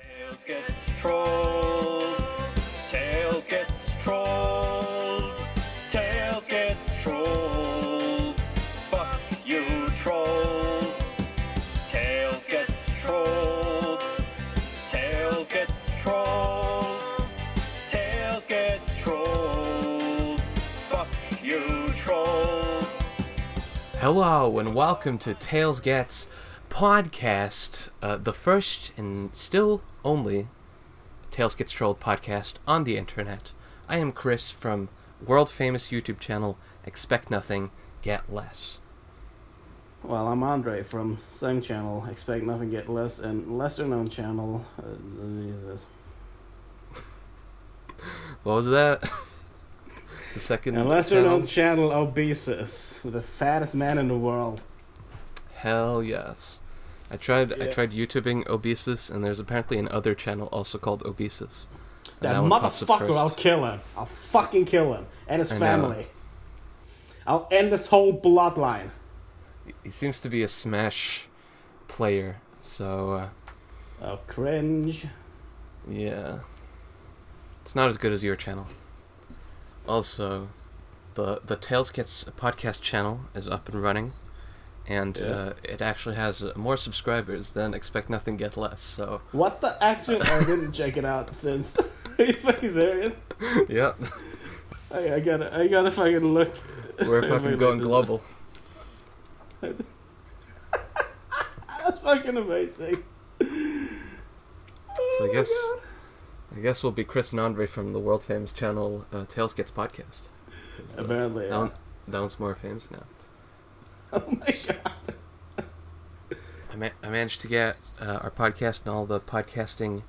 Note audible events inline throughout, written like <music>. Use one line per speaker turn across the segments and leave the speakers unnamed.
Tails gets trolled. Tails gets trolled. Tails gets trolled. Fuck you, trolls. Tails gets trolled. Tails gets trolled. Tails gets trolled. Fuck you, trolls.
Hello and welcome to Tales Gets podcast, uh, the first and still only Tales Gets Trolled podcast on the internet. I am Chris from world famous YouTube channel Expect Nothing, Get Less.
Well, I'm Andre from same channel, Expect Nothing Get Less, and lesser known channel, uh, Jesus.
What was that? <laughs> the second
And lesser known
channel?
channel, Obesus, the fattest man in the world.
Hell yes. I tried I
Yeah.
tried YouTubing Obesus and there's apparently another channel also called Obesus. And
That,
one pops up
motherfucker,
first.
I'll kill him. I'll fucking kill him. And his
I know.
family. I'll end this whole bloodline.
He seems to be a Smash player, so uh,
Oh, cringe.
Yeah. It's not as good as your channel. Also, the the Tails Gets podcast channel is up and running, and
Yeah.
uh, it actually has uh, more subscribers than Expect Nothing Get Less.
<laughs>
So
What the actual? Oh, I didn't <laughs> check it out since. <laughs> Are you fucking serious?
yeah,
I, I gotta, I gotta fucking look.
we're fucking
Everybody
going
does
global.
That's fucking amazing. Oh
So I guess I guess we'll be Chris and Andre from the world famous channel uh, Tails Gets podcast. 'Cause, uh,
Apparently,
that,
yeah.
one, that one's more famous now.
<laughs> oh my god.
I, ma- I managed to get uh, our podcast and all the podcasting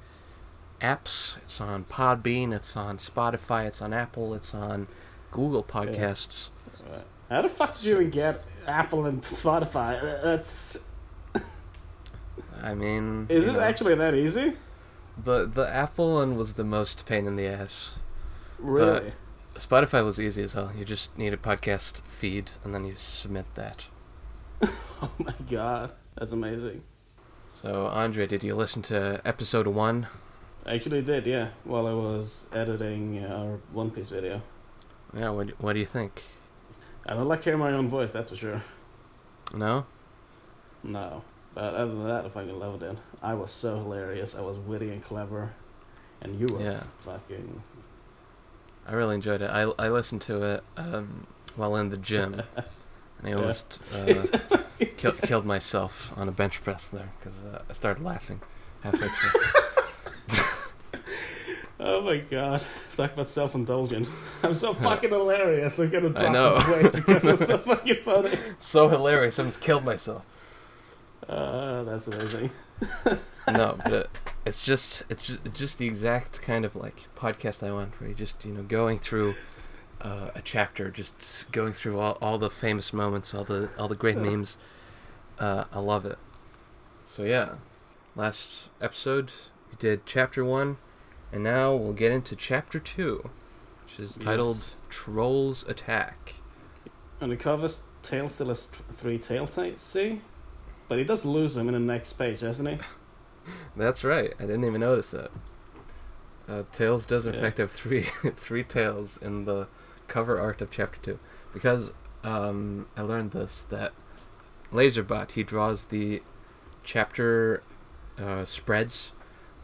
apps. It's on Podbean, it's on Spotify, it's on Apple, it's on Google Podcasts.
How the fuck did you even get Apple and Spotify? Uh, That's
I mean,
is
you
it
know,
actually that easy?
the the Apple one was the most pain in the ass.
Really?
Spotify was easy as hell. You just need a podcast feed and then you submit that.
oh <laughs> my god, that's amazing.
So Andre, did you listen to episode one?
I actually did, yeah. While I was editing our One Piece video,
Yeah. What What do you think?
I don't like hearing my own voice. That's for sure.
No.
No, but other than that, I fucking loved it. I was so hilarious. I was witty and clever, and you were
Yeah.
fucking.
I really enjoyed it. I, I listened to it um, while in the gym, and I
Yeah.
almost uh, kill, killed myself on a bench press there because uh, I started laughing halfway through. <laughs>
Oh my god, <laughs> talk about self-indulgent. <laughs> I'm
<laughs>
so fucking hilarious. I'm gonna
I
drop
know.
this weight because I'm
<laughs>
so fucking funny.
so hilarious! I almost killed myself.
Uh, that's amazing.
No, but it, it's just it's just, it's just the exact kind of like podcast I want, where you just you know going through. Uh, a chapter, just going through all, all the famous moments, all the all the great
Yeah.
memes. Uh, I love it. So yeah, last episode we did chapter one, and now we'll get into chapter two, which is titled
Yes.
"Trolls Attack."
And it covers Tail still has th- three tail tights, see? But he does lose them in the next page, doesn't he?
That's right. I didn't even notice that. Uh, tails does in
Yeah.
fact have three <laughs> three tails in the cover art of chapter two, because um, I learned this that Laserbot he draws the chapter uh, spreads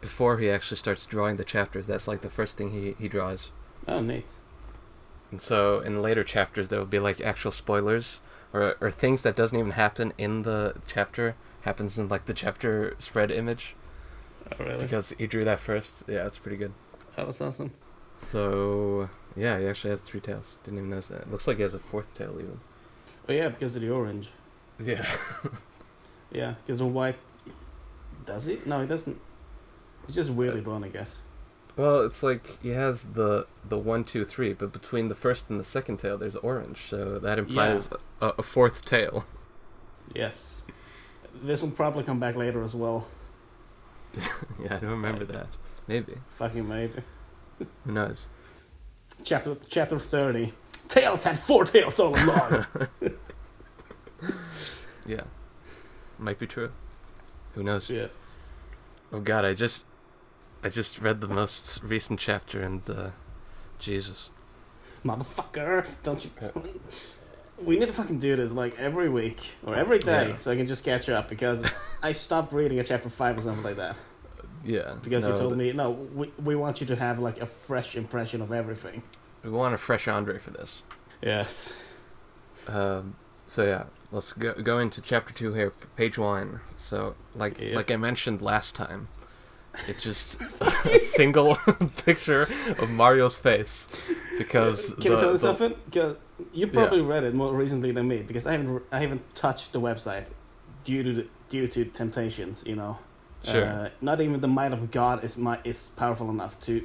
before he actually starts drawing the chapters. That's like the first thing he he draws.
Oh, neat.
And so in later chapters there will be like actual spoilers or or things that doesn't even happen in the chapter happens in like the chapter spread image
Oh, really?
because he drew that first. Yeah, it's pretty good.
Oh, that's awesome.
So yeah, he actually has three tails. Didn't even notice that. It looks like he has a fourth tail even.
Oh, yeah, because of the orange. <laughs>
Yeah.
Yeah, because the white. Does he? No, he doesn't. He's just weirdly drawn, I guess.
Well, it's like he has the the one, two, three, but between the first and the second tail, there's orange. So that implies a, a fourth tail. <laughs>
Yes. This will probably come back later as well.
yeah, I don't remember
Right.
that. Maybe.
Fucking maybe.
Who knows?
Chapter chapter thirty. Tails had four tails oh, all <laughs> along.
Yeah. Might be true. Who knows?
yeah.
Oh God, I just I just read the most recent chapter, and uh, Jesus.
Motherfucker, don't you? <laughs> We need to fucking do this like every week or every day,
Yeah.
so I can just catch
<laughs>
up because I stopped reading at chapter five or something like that
Yeah.
because you
no,
told
th-
me no. We we want you to have like a fresh impression of everything.
we want a fresh Andre for this.
Yes.
Um, so yeah, let's go, go into chapter two here, p- page one. So like
Yeah.
like I mentioned last time, it's
<laughs>
just <laughs> a single <laughs> picture of Mario's face because
Can
the,
you tell
the-
us something? 'Cause you probably read it more recently than me because I haven't re- I haven't touched the website due to the, due to temptations. You know.
Sure.
Uh, not even the might of God is my is powerful enough to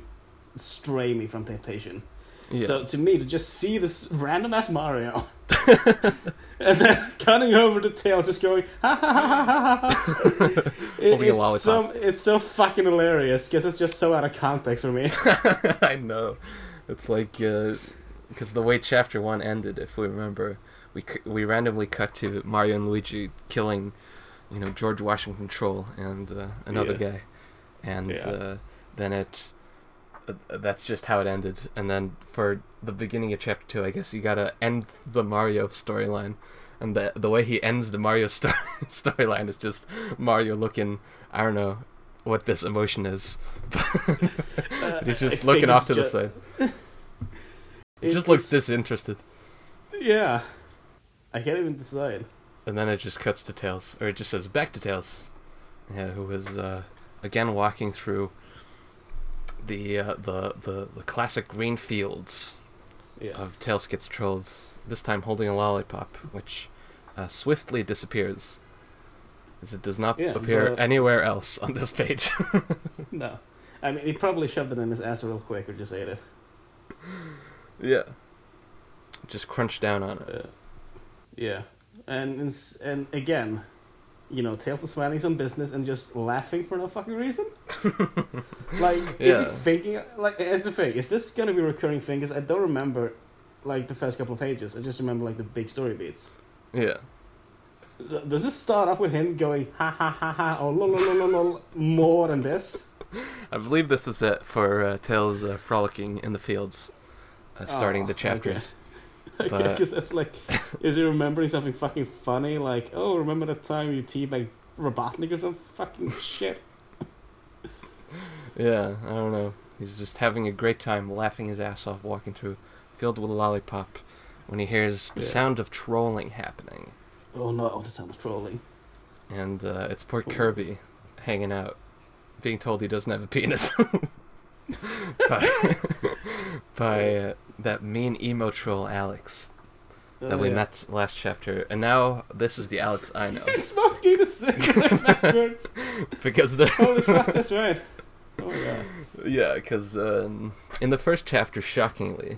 stray me from temptation.
yeah.
So to me, to just see this random
<laughs>
ass Mario. <laughs> and then cutting over to Tails, just going <laughs> ha ha ha ha ha. ha." It-
Holding a
it's so it's so fucking hilarious because it's just so out of context
<laughs>
for me.
I know. It's like because the way chapter one ended, if we remember, we c- we randomly cut to Mario and Luigi killing, you know, George Washington Troll and uh, another
Yes.
guy, and
Yeah.
uh, then it. Uh, that's just how it ended, and then for the beginning of chapter two, I guess you gotta end the Mario storyline, and the the way he ends the Mario <laughs> story storyline is just Mario looking. I don't know what this emotion is,
Uh,
he's
I
just
think
looking
it's
off to the
ju-
side. It
it-
just looks
it's-
disinterested.
Yeah, I can't even decide.
And then it just cuts to Tails, or it just says back to Tails, yeah, who was uh, again walking through the, uh, the the the classic green fields
Yes.
<laughs> of Tails gets trolled. This time holding a lollipop, which uh, swiftly disappears, as it does not
Yeah,
appear
but-
anywhere else on this page. <laughs>
No. I mean, he probably shoved it in his ass real quick or just ate it.
yeah, just crunch down on it.
Uh, yeah. And ins- and again, you know, Tails is smiling some business and just laughing for no fucking <laughs> reason. like,
Yeah.
is he thinking? Like, here's the thing: is this gonna be recurring thing? 'Cause I don't remember, like, the first couple of pages. I just remember like the big story beats.
Yeah,
So, does this start off with him going ha ha ha ha or lol lol lol lol, <laughs> lol more than this? <laughs>
I believe this is it for uh, Tails uh, frolicking in the fields, uh, starting
Oh,
the
okay.
chapters.
<laughs>
But-
Because I was like, is he remembering something fucking funny? Like, oh, remember that time you teabagged Robotnik or some fucking <laughs> shit?
Yeah, I don't know. He's just having a great time laughing his ass off walking through filled with a lollipop when he hears the
Yeah.
sound of trolling happening.
Oh no, oh, the sound was trolling.
And uh, it's poor
Oh.
Kirby hanging out, being told he doesn't have a penis <laughs> by, <laughs> by uh, that mean emo troll Alex
Oh,
that we
yeah.
met last chapter. And now this is the Alex I know.
<laughs> He's smoking
<laughs>
the cigarette backwards.
because the,
Holy fuck,
<laughs>
that's right. Oh my god.
Yeah, because um, in the first chapter, shockingly,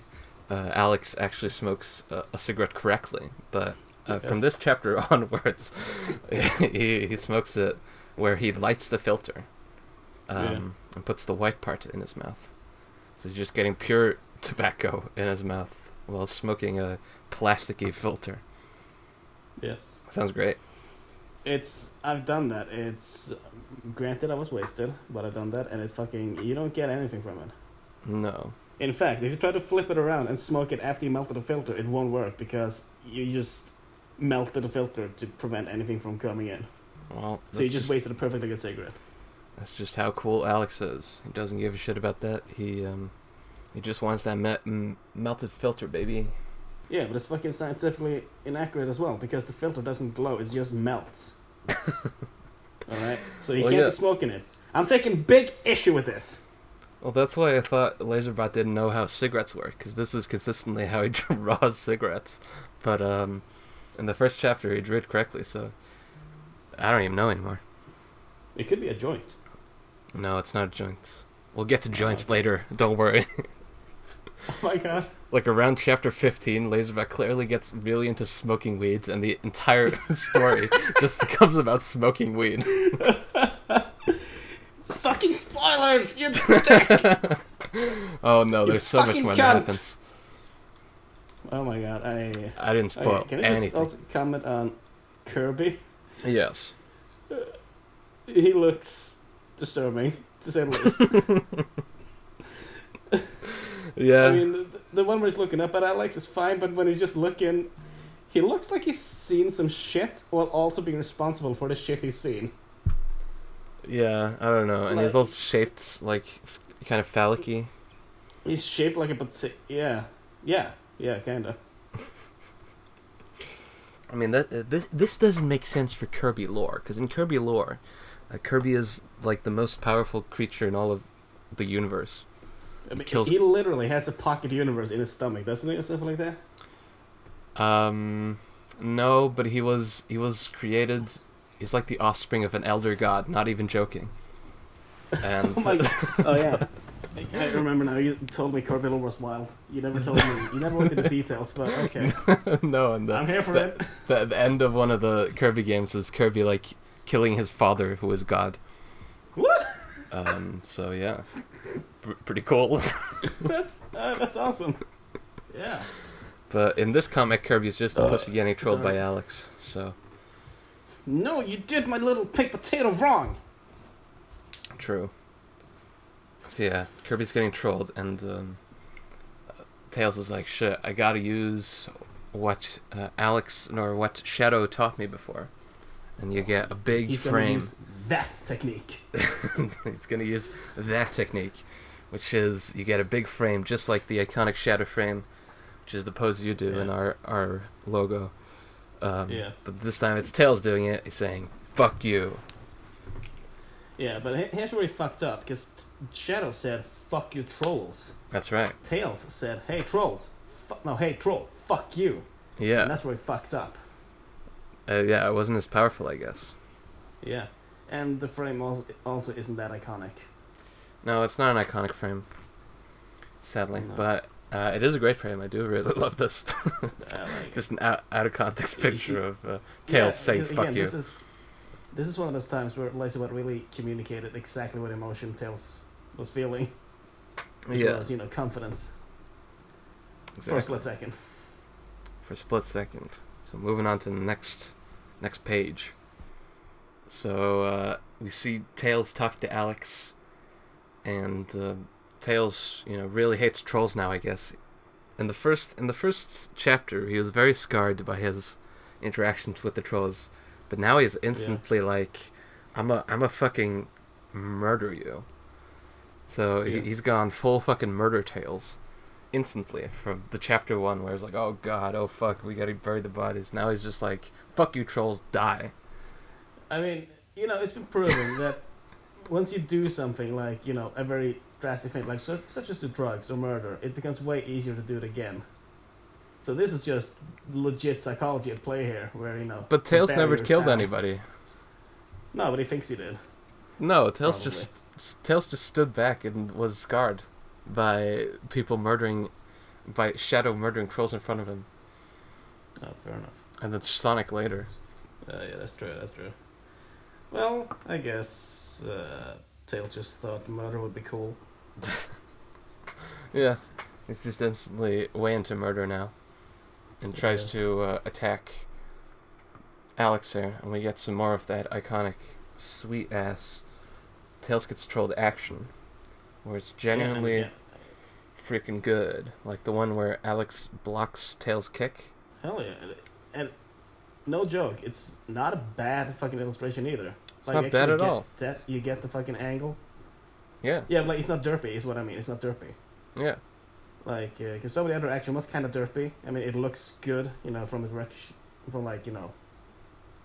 uh, Alex actually smokes uh, a cigarette correctly, but uh, from
Yes.
this chapter <laughs> onwards, he, he smokes it where he lights the filter um, and puts the white part in his mouth. So he's just getting pure tobacco in his mouth while smoking a plasticky filter.
Yes.
Sounds great.
It's. I've done that. It's. Granted, I was wasted, but I've done that, and it fucking. You don't get anything from it.
No.
In fact, if you try to flip it around and smoke it after you melted the filter, it won't work because you just melted the filter to prevent anything from coming in.
Well,
So you
that's
just wasted a perfectly good cigarette.
That's just how cool Alex is. He doesn't give a shit about that. He um, he just wants that me- m- melted filter, baby.
Yeah, but it's fucking scientifically inaccurate as well because the filter doesn't glow; it just melts. All right, so you
Well,
can't
yeah.
be smoking it. I'm taking big issue with this.
Well, that's why I thought Laserbot didn't know how cigarettes work, because this is consistently <laughs> how he draws cigarettes. But um, in the first chapter, he drew it correctly, so I don't even know anymore.
It could be a joint.
No, it's not a joint. We'll get to joints later. <laughs> Don't worry.
<laughs> Oh my god!
like around chapter 15 laserback clearly gets really into smoking weeds and the entire <laughs> story just becomes about smoking weed
fucking spoilers! You dick!
<laughs> oh no
You
there's so much
fucking
more
cunt.
that happens
oh my god! I.
i didn't
Okay,
spoil
can I just
anything
also comment on Kirby?
yes
He looks disturbing. to say the least.
Yeah.
I mean, the, the one where he's looking up at Alex is fine, but when he's just looking, he looks like he's seen some shit while also being responsible for the shit he's seen.
yeah, I don't know. And he's
like-
all shaped like f- kind of phallic
He's shaped like a pati- yeah, yeah, yeah, kinda.
I mean that uh, this this doesn't make sense for Kirby lore because in Kirby lore, uh, Kirby is like the most powerful creature in all of the universe.
I mean,
kills-
he literally has a pocket universe in his stomach, doesn't he, or something like that?
Um, no, but he was he was created. He's like the offspring of an elder god. Not even joking.
<laughs>
And
Oh
<laughs>
my god! Oh yeah. I remember now. You told me Corvillo was wild. You never told me. You never went into details, but
<laughs>
okay.
no, and
I'm
the,
here for
the-
it. <laughs>
the the end of one of the Kirby games is Kirby like killing his father, who is God.
What?
Um, so yeah, Pr- pretty cool. <laughs>
That's uh, that's awesome. Yeah.
but in this comic, Kirby is just a pussy getting trolled by
sorry.
Alex. So
No, you did my little pig potato wrong.
true. So yeah, Kirby's getting trolled, and um, Tails is like, "Shit, I gotta use what uh, Alex nor what Shadow taught me before." And you get a big
gonna
frame.
use that technique.
<laughs> He's going to use that technique, which is you get a big frame, just like the iconic shadow frame, which is the pose you do in
Yeah.
our, our logo. Um,
Yeah.
But this time it's Tails doing it. He's saying, fuck you.
Yeah, but he- here's where he fucked up because Shadow said, "Fuck you, trolls."
That's right.
Tails said, "Hey, trolls." Fu- no, hey, troll. Fuck you. And
Yeah.
that's where he fucked up.
Uh, yeah, I wasn't as powerful, I guess.
Yeah. And the frame also, also isn't that iconic.
No, it's not an iconic frame, sadly.
No.
But uh, it is a great frame. I do really <laughs> love this.
Uh, like,
just an out, out of context picture of uh,
Yeah,
Tails saying,
because,
fuck
again,
you.
This is, this is one of those times where Lizawatt really communicated exactly what emotion Tails was feeling, as well
yeah.
as you know confidence for a
exactly.
split second.
for a split second. So moving on to the next next page. So uh, we see Tails talk to Alex, and uh, Tails, you know, really hates trolls now. I guess. In the first in the first chapter, he was very scarred by his interactions with the trolls, but now he's instantly like, "I'm a I'm a fucking murder you." So he,
Yeah.
he's gone full fucking murder Tails instantly from the chapter one where it's like, oh god, oh fuck, we gotta bury the bodies. Now he's just like, fuck you trolls, die.
I mean, you know, it's been proven that once you do something like you know a very drastic thing, like such, such as the drugs or murder, it becomes way easier to do it again. So this is just legit psychology at play here, where you know.
But
the
Tails never
barriers
killed
down.
anybody.
No, but he thinks he did.
No, Tails just s- Tails just stood back and was scarred by people murdering, by Shadow murdering trolls in front of him,
Oh, fair enough.
and then Sonic later.
Uh, yeah, that's true. That's true. Well, I guess uh, Tails just thought murder would be cool.
Yeah, he's just instantly way into murder now, and tries
Yeah.
to uh, attack Alex here, and we get some more of that iconic, sweet ass Tails gets trolled action, where it's genuinely
Yeah, and-
freaking good, like the one where Alex blocks Tails' kick.
yeah, hell yeah, and, and no joke, it's not a bad fucking illustration either.
It's not bad
actually
at
get
all.
That you get the fucking angle.
Yeah,
Yeah, like it's not derpy. Is what I mean. It's not derpy.
yeah,
Like, uh, because some of the other action was kind of derpy. I mean, it looks good, you know, from the direction, from like you know,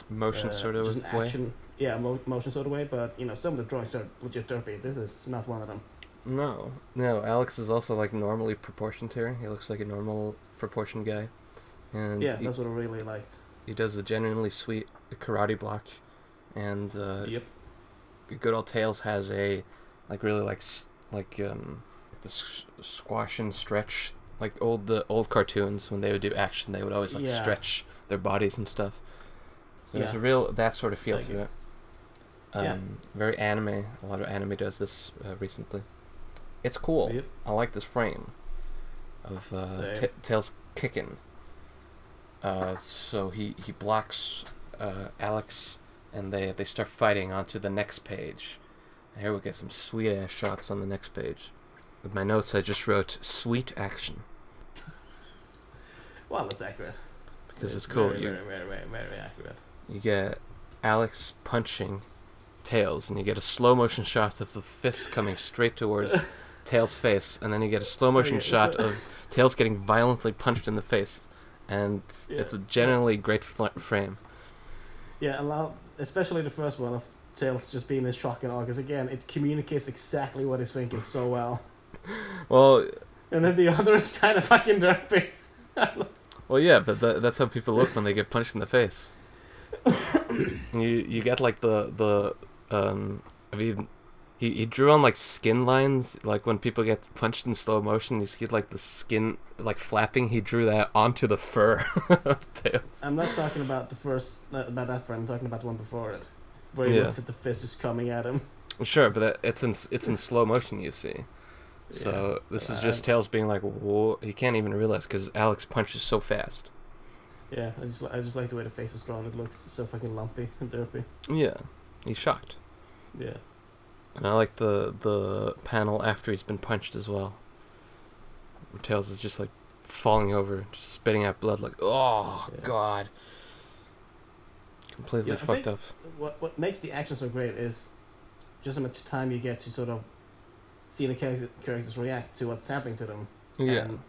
motion
uh,
sort of
just an
way.
action, yeah, mo- motion sort of way. But you know, some of the drawings are legit derpy. This is not one of them.
No, no. Alex is also like normally proportioned here. He looks like a normal proportioned guy, and
yeah,
he-
that's what I really liked.
He does a genuinely sweet karate block, and uh,
Yep.
good old Tails has a like really like s- like um like the s- squash and stretch like old the old cartoons when they would do action they would always like
Yeah.
stretch their bodies and stuff. So there's
Yeah.
a real that sort of feel
Like
to it. Um,
Yeah.
Very anime. A lot of anime does this uh, recently. It's cool.
Yep.
I like this frame of uh,
Same.
Ta Tails kicking. Uh, so he, he blocks uh, Alex, and they, they start fighting onto the next page. And here we get some sweet ass shots on the next page. With my notes, I just wrote sweet action
Well, that's accurate.
because it's, cool.
Very,
you,
very, very, very, very accurate.
you get Alex punching Tails, and you get a slow motion shot of the fist coming straight
<laughs>
towards Tails' face, and then you get a slow motion
Oh, yeah, so-
shot of Tails getting violently punched in the face, and
Yeah.
it's a generally great fl- frame.
Yeah, and now, especially the first one of Tails just being in shock and all, because again, it communicates exactly what he's
<laughs>
thinking so well.
Well,
And then the other is kind of fucking derpy.
well, yeah, but tha that's how people look when they get punched in the face. And you you get like the the um I mean. He, he drew on like skin lines, like when people get punched in slow motion, you see like the skin like flapping. He drew that onto the fur <laughs> of Tails.
I'm not talking about the first, not about that friend, I'm talking about the one before it. Where he
Yeah.
looks at the fist just coming at him.
Sure, but that- it's in s- it's in slow motion. You see, so this is
Uh,
just Tails being like, "Whoa!" He can't even realize because Alex punches so fast.
Yeah, I just, li- I just like the way the face is drawn. It looks so fucking lumpy and derpy.
Yeah, he's shocked,
Yeah.
and I like the the panel after he's been punched as well. Where Tails is just like falling over, just spitting out blood, like, "Oh
Yeah.
God!" Completely
Yeah, I
fucked
think-
up.
What what makes the action so great is just how much time you get to sort of see the character- characters react to what's happening to them,
Yeah,
and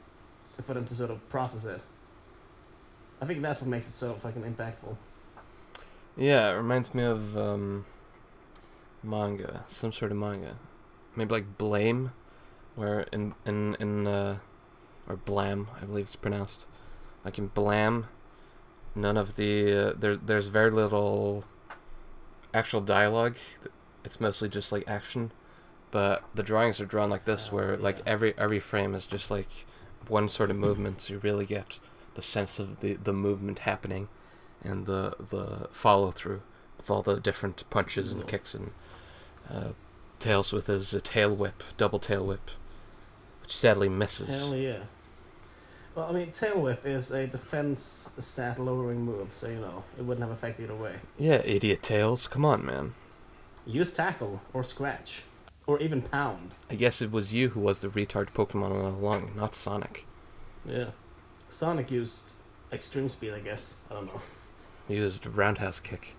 for them to sort of process it. I think that's what makes it so fucking impactful.
yeah. It reminds me of um, manga, some sort of manga, maybe like Blame, where in in in uh, or Blam, I believe it's pronounced. Like in Blam, none of the uh, there's there's very little actual dialogue. It's mostly just like action, but the drawings are drawn like this,
Oh,
where like
yeah.
every every frame is just like one sort of movement. So you really get the sense of the the movement happening, and the the follow through of all the different punches and
Cool.
kicks and uh, tails with his uh, tail whip, double tail whip, which sadly misses.
Hell yeah. Well, I mean, tail whip is a defense stat lowering move, so you know it wouldn't have effect either way.
Yeah, idiot tails. Come on, man.
Use tackle or scratch, or even pound.
I guess it was you who was the retard Pokemon all along, not Sonic.
Yeah. Sonic used extreme speed, I guess. I don't know.
He used a roundhouse kick.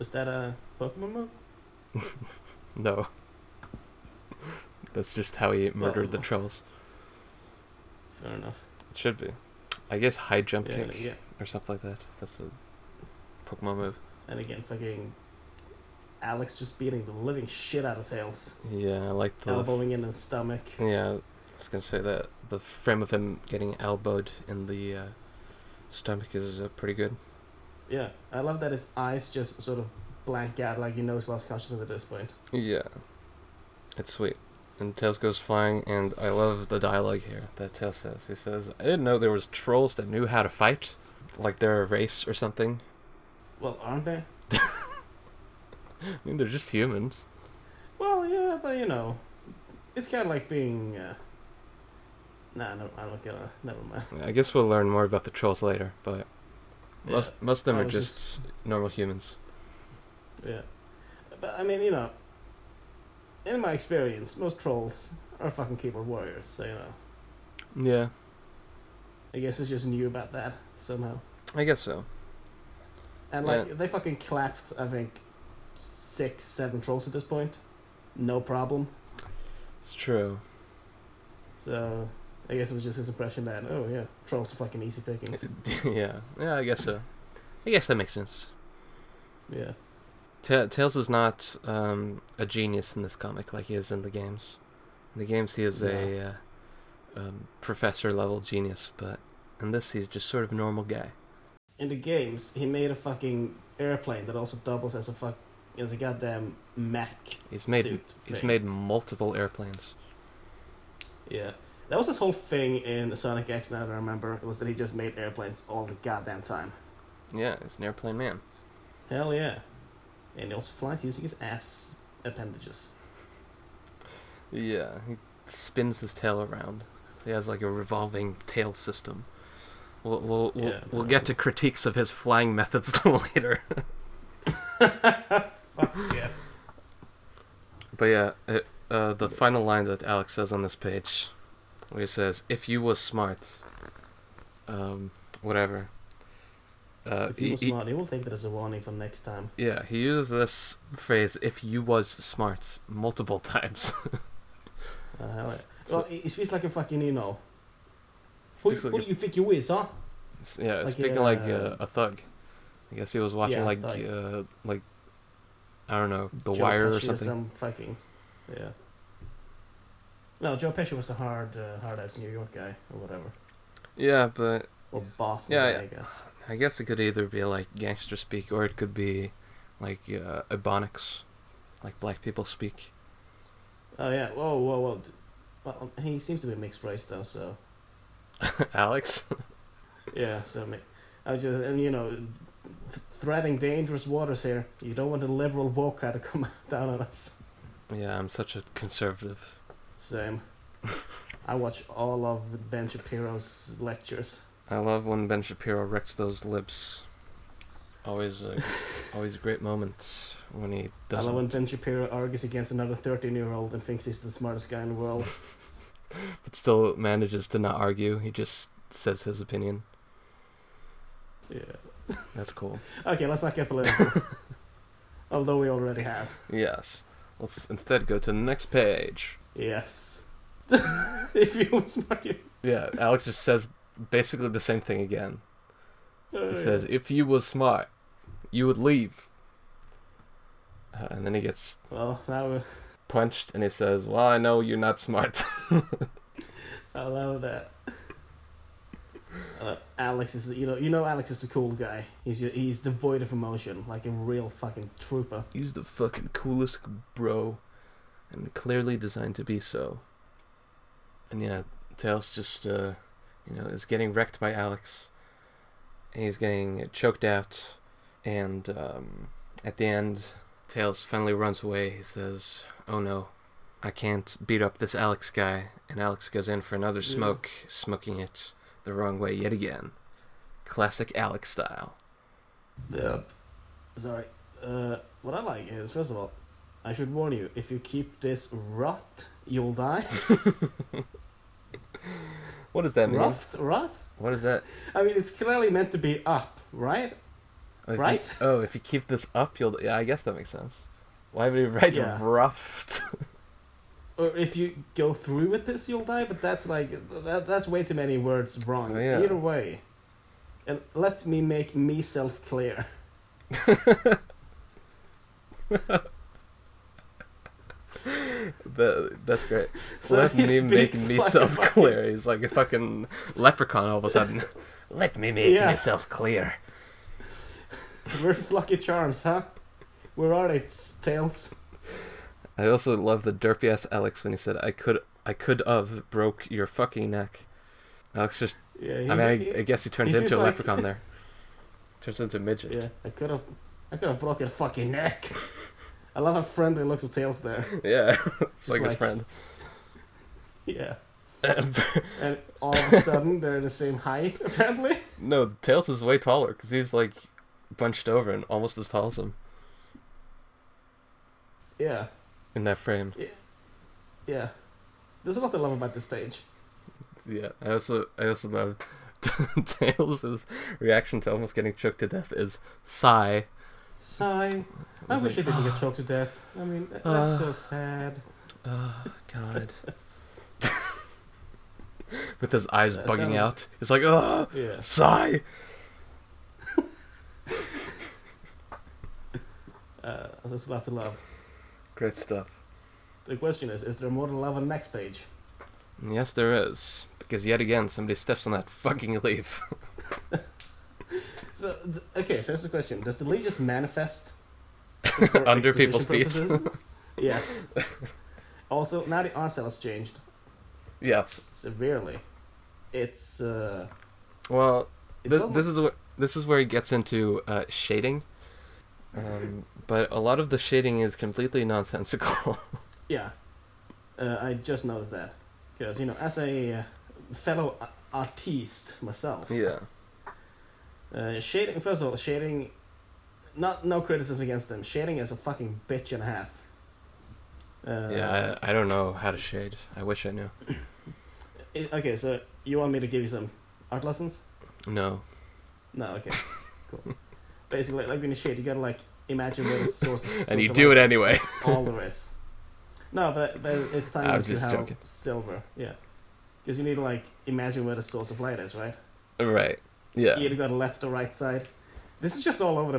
Is that a Pokemon move?
No. <laughs> That's just how he murdered the
Well.
trolls.
Fair enough.
Oh. It should be. I guess high jump
Yeah, and,
kick
yeah,
or something like that. That's a Pokemon move.
and again, fucking Alex just beating the living shit out of Tails,
Yeah, I like the.
elbowing in the stomach.
Yeah, I was gonna say that the frame of him getting elbowed in the uh, stomach is uh, pretty good.
Yeah, I love that his eyes just sort of blank out, like he knows he's lost consciousness at this point.
Yeah, it's sweet. And Tails goes flying, and I love the dialogue here that Tails says. He says, "I didn't know there was trolls that knew how to fight, like they're a race or something.
Well, aren't they?
I mean, they're just humans."
Well, yeah, but you know, it's kind of like being. Uh... Nah, no, I don't get it. Never mind.
I guess we'll learn more about the trolls later, but most most of them
I
are
was
just normal humans.
Yeah, but I mean, you know, in my experience, most trolls are fucking keyboard warriors. So you know,
Yeah,
I guess it's just new about that somehow.
I guess so.
And like they fucking clapped, I think, six, seven trolls at this point, no problem.
It's true.
So I guess it was just his impression that oh yeah, trolls are fucking easy pickings.
<laughs> yeah, yeah, I guess so. I guess that makes sense.
Yeah,
Ta- Tails is not um, a genius in this comic like he is in the games. In the games, he is a uh, um, professor level genius, but in this, he's just sort of a normal guy.
in the games, he made a fucking airplane that also doubles as a fuck as a goddamn Mac.
He's made
suit
he's
thing.
made multiple airplanes.
Yeah. That was his whole thing in Sonic X now that I remember. It was that he just made airplanes all the goddamn time.
Yeah, he's an airplane man.
Hell yeah. And he also flies using his ass appendages.
Yeah, he spins his tail around. He has like a revolving tail system. We'll we'll we'll,
Yeah,
we'll get to critiques of his flying <laughs> methods later.
Fuck yes.
But yeah, it, uh, the final line that Alex says on this page, where he says, "If you was smart, um, whatever." Uh,
If he was
he- he-
smart, he will take that as a warning for next time.
yeah, he uses this phrase "if you was smart" multiple <laughs> times.
Uh, well,
So-
well, he he speaks like a fucking, you know. Who,
Speaks like
who
a-
do you think you is, huh?
S- Yeah,
Like,
speaking like uh,
uh,
a thug. I guess he was watching
Yeah,
like
thug.
uh, like I don't know, The
Joe
Wire
Pesci
or something.
Some fucking, yeah. No, Joe Pesci was a hard, uh, hard ass New York guy or whatever,
Yeah, but
or Boston
Yeah,
guy,
yeah.
I guess.
I guess it could either be like gangster speak or it could be like uh, ebonics, like black people speak.
Oh yeah, whoa, whoa, whoa. d- Well, um, he seems to be mixed race though, so
<laughs> Alex,
yeah. So ma- I was just, and you know, th- threading dangerous waters here. You don't want the liberal woke guy to come <laughs> down on us.
yeah, I'm such a conservative.
Same. I watch all of Ben Shapiro's lectures.
I love when Ben Shapiro wrecks those lips. Always, <laughs> uh, always great moments when he
I love
doesn't.
when Ben Shapiro argues against another 13 year old and thinks he's the smartest guy in
<laughs>
the world.
but still manages to not argue. He just says his opinion.
Yeah.
That's cool.
Okay, let's not
<laughs>
get political. Although we already have.
Yes. Let's instead go to the next page.
Yes. <laughs> if you was smart, you.
Yeah, Alex just says basically the same thing again.
Oh,
He
yeah.
says, "If you was smart, you would leave." Uh, and then he gets
Well, now we-
punched, and he says, "Well, I know you're not smart."
I love that. Uh, Alex is, you know, you know, Alex is a cool guy. He's he's devoid of emotion, like a real fucking trooper.
He's the fucking coolest bro, and clearly designed to be so. And yeah, Tails just, uh, you know, is getting wrecked by Alex, and he's getting choked out. And um, at the end, Tails finally runs away. He says, "Oh no, I can't beat up this Alex guy." And Alex goes in for another
Yeah.
smoke, smoking it the wrong way yet again. Classic Alex style.
Yep. Sorry. Uh, what I like is, first of all, I should warn you: if you keep this rot, you'll die.
What does that mean?
Rot, rot.
What is that?
I mean, it's clearly meant to be up, right?
Oh, if you-
Right?
oh, if you keep this up, you'll. Yeah, I guess that makes sense. Why would you write
Yeah.
roughed?
Or if you go through with this, you'll die. But that's like that, that's way too many words wrong.
Oh, yeah.
Either way, and let me make myself clear.
<laughs>
<laughs>
That, that's great.
<laughs> So
Let
he
me make
speaks like
myself
a fucking-
clear. He's like a fucking leprechaun all of a
<laughs>
sudden. Let me make
Yeah.
myself clear.
Where's Lucky Charms, huh? Where are they, Tails?
I also love the derpy ass Alex when he said, "I could, I could of broke your fucking neck." Alex just.
Yeah, he's,
I mean, I,
he-
I guess he turns
he's
into a
just like-
leprechaun
<laughs>
there. Turns into a midget.
yeah, I could have, I could have broke your fucking neck. <laughs> I love how friendly looks with Tails there.
<laughs> Yeah, it's like, his
like-
<laughs> friend.
<laughs> Yeah,
<laughs>
and all of a sudden they're the same height <laughs> apparently.
no, Tails is way taller because he's like bunched over and almost as tall as him.
Yeah,
in that frame.
yeah. There's a lot to love about this page.
Yeah, I also I also love <laughs> Tails' reaction to almost getting choked to death is sigh.
Sigh. I
It's
wish I
like,
didn't
<sighs>
get choked to death. I mean, th- that's
Uh.
so sad.
oh god. <laughs> With his eyes
That
bugging
sounds-
out, he's like, "Oh,
Yeah.
sigh."
Uh, there's a lot to love.
Great stuff.
The question is, is there more to love on the next page?
And yes, there is because yet again somebody steps on that fucking leaf. <laughs>
So th- okay, so here's the question: Does the lead
<laughs>
just manifest for
Under
exposition
people's feet. <laughs>
purposes? yes. also, now the art style has changed
yes.
severely. It's uh,
Well,
it's
this,
almo-
this is where this is where it gets into uh, shading. Um, but a lot of the shading is completely nonsensical. <laughs>
yeah. Uh, I just noticed that because you know, as a uh, fellow a- artiste myself,
yeah.
uh, shading. First of all, shading. Not no criticism against them. Shading is a fucking bitch and a half. Uh,
yeah, I, I don't know how to shade. I wish I knew.
it- okay, so you want me to give you some art lessons?
No.
No, okay, cool. Basically, like when you shade, you gotta like imagine where the source.
And you
source of
do it
light is.
anyway.
<laughs> all there is. No, but, but it's time
I was
to
just
how
joking.
silver. Yeah, because you need to like imagine where the source of light is, right?
right. Yeah.
You either go to left or right side. This is just all over the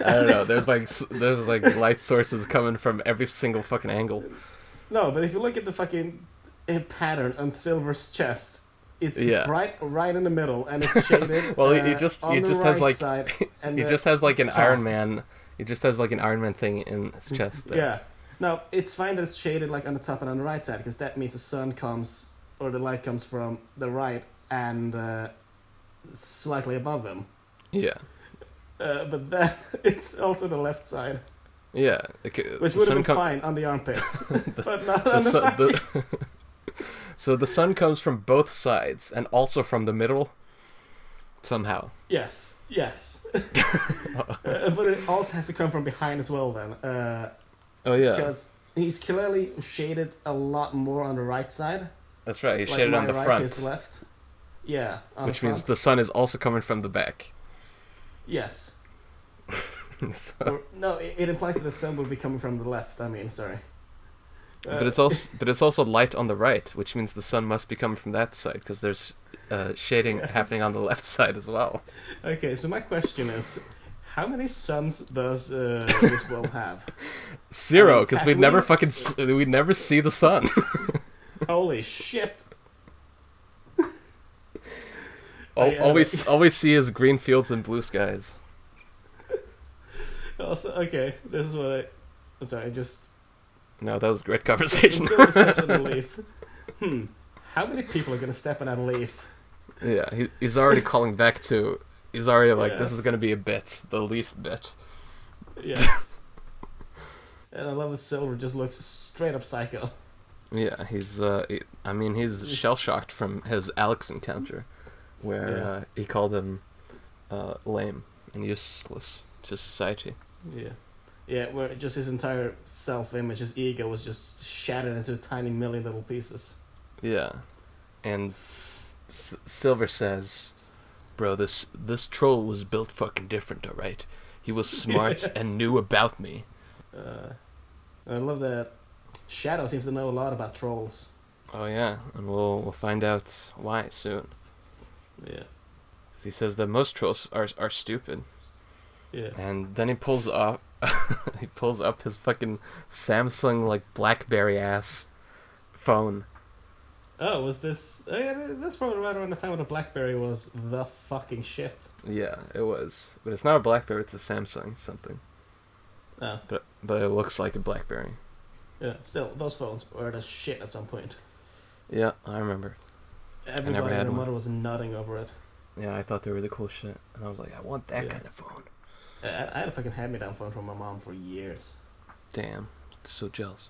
<laughs> I don't know.
<laughs>
There's like s- there's like light sources coming from every single fucking angle.
no, but if you look at the fucking uh, pattern on Silver's chest, it's
Yeah.
bright right in the middle, and it's shaded.
<laughs> Well, he-
uh,
he just-
on
he
the
just
right
has, like-
side, and
<laughs> He
the-
just has like an
top.
Iron Man. He just has like an Iron Man thing in his chest. There.
yeah. No, it's fine that it's shaded like on the top and on the right side because that means the sun comes or the light comes from the right and uh, slightly above him.
Yeah.
Uh, but then <laughs> it's also the left side,
Yeah. Okay,
which
the
would have
sun
been
com-
fine on the
<laughs>
armpits, <laughs> but not
the
on the,
sun-
fucking.
the- <laughs> so the sun comes from both sides and also from the middle. Somehow.
Yes,
<laughs>
yes. Uh, but it also has to come from behind as well, then, uh,
Oh yeah.
because he's clearly shaded a lot more on the right side.
That's right. He
like
shaded
my
on the
right,
front,
his left. Yeah, on
which
the
means
front.
the sun is also coming from the back. <laughs>
yes.
So-
or, <laughs> no, it, it implies that the sun will be coming from the left. I mean, sorry. Uh,
but it's also but it's also light on the right, which means the sun must be coming from that side because there's uh, shading
Yes.
happening on the left <laughs> side as well.
okay. So my question is, how many suns
<laughs>
does uh, this world have?
Zero, because we
exactly.
never fucking s- we never see the
<laughs>
sun.
Holy shit!
All,
yeah,
all we s- all we see is green fields and blue skies.
Also, okay, this is what I. I'm sorry. I just
No, that was a great <laughs>
it's
conversation.
still steps on a leaf. Hmm. How many people are gonna step on that leaf?
yeah, he, he's
<laughs>
already calling back to. He's already like, this
Yes.
is gonna be a bit, the leaf bit.
Yes. <laughs> and I love the silver. Just looks straight up psycho.
Yeah, he's. Uh, he- I mean, he's shell shocked from his Alex encounter, where
Yeah.
uh, he called him uh, lame and useless to society.
Yeah. Yeah, where just his entire self image, his ego was just shattered into a tiny million little pieces.
Yeah, and S- Silver says, "Bro, this this troll was built fucking different. All right, he was
<laughs>
smart and knew about me.
Uh, I love that Shadow seems to know a lot about trolls.
Oh yeah, and we'll we'll find out why soon.
Yeah,
'Cause he says that most trolls are are stupid."
yeah.
And then he pulls up, <laughs> he pulls up his fucking Samsung like BlackBerry ass phone.
Oh, was this? Oh, yeah, that's probably right around the time when the BlackBerry was the fucking shit.
Yeah, it was, but it's not a BlackBerry. It's a Samsung something.
Oh,
But but it looks like a BlackBerry.
yeah. Still, those phones were the shit at some point.
Yeah, I remember.
Everybody
had
and their
one.
mother was nodding over it.
Yeah, I thought they were the cool shit, and I was like, I want that
Yeah.
kind of phone.
I- I, I had a fucking hand-me-down phone from my mom for years.
Damn, so jealous.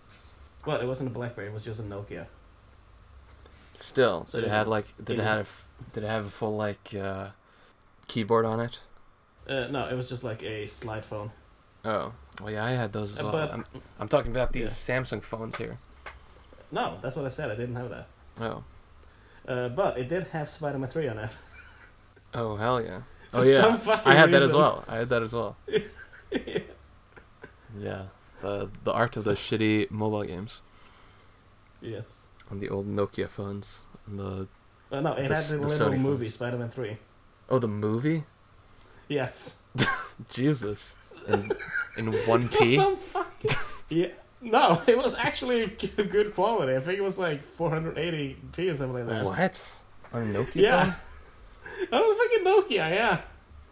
Well, it wasn't a BlackBerry; it was just a Nokia.
Still,
So
did it
it
had
was-
like did
it
it,
was-
have did it have a full like uh, keyboard on it?
Uh, no, it was just like a slide phone.
Oh, well yeah, I had those as
Uh,
well.
but-
I'm, I'm talking about these Samsung phones here.
No, that's what I said. I didn't have that.
Oh,
Uh, but it did have Spider-Man 3 on it.
oh hell yeah.
<laughs> For
Oh yeah.
some fucking
I had that as
reason.
well. I had that as
<laughs>
well. yeah. The the art of the shitty mobile games
Yes.
on the old Nokia phones. And the
Well, no, it
The
had
s-
the,
the
little
Sony
movie
phones.
Spider Man Three.
oh the movie?
Yes.
Jesus.
<laughs>
In in one <laughs>
For
P?
some fucking yeah. No, it was actually <laughs> g- good quality. I think it was like 480p or something like that.
What? On a Nokia
Yeah.
phone?
<laughs> Oh, fucking Nokia, yeah.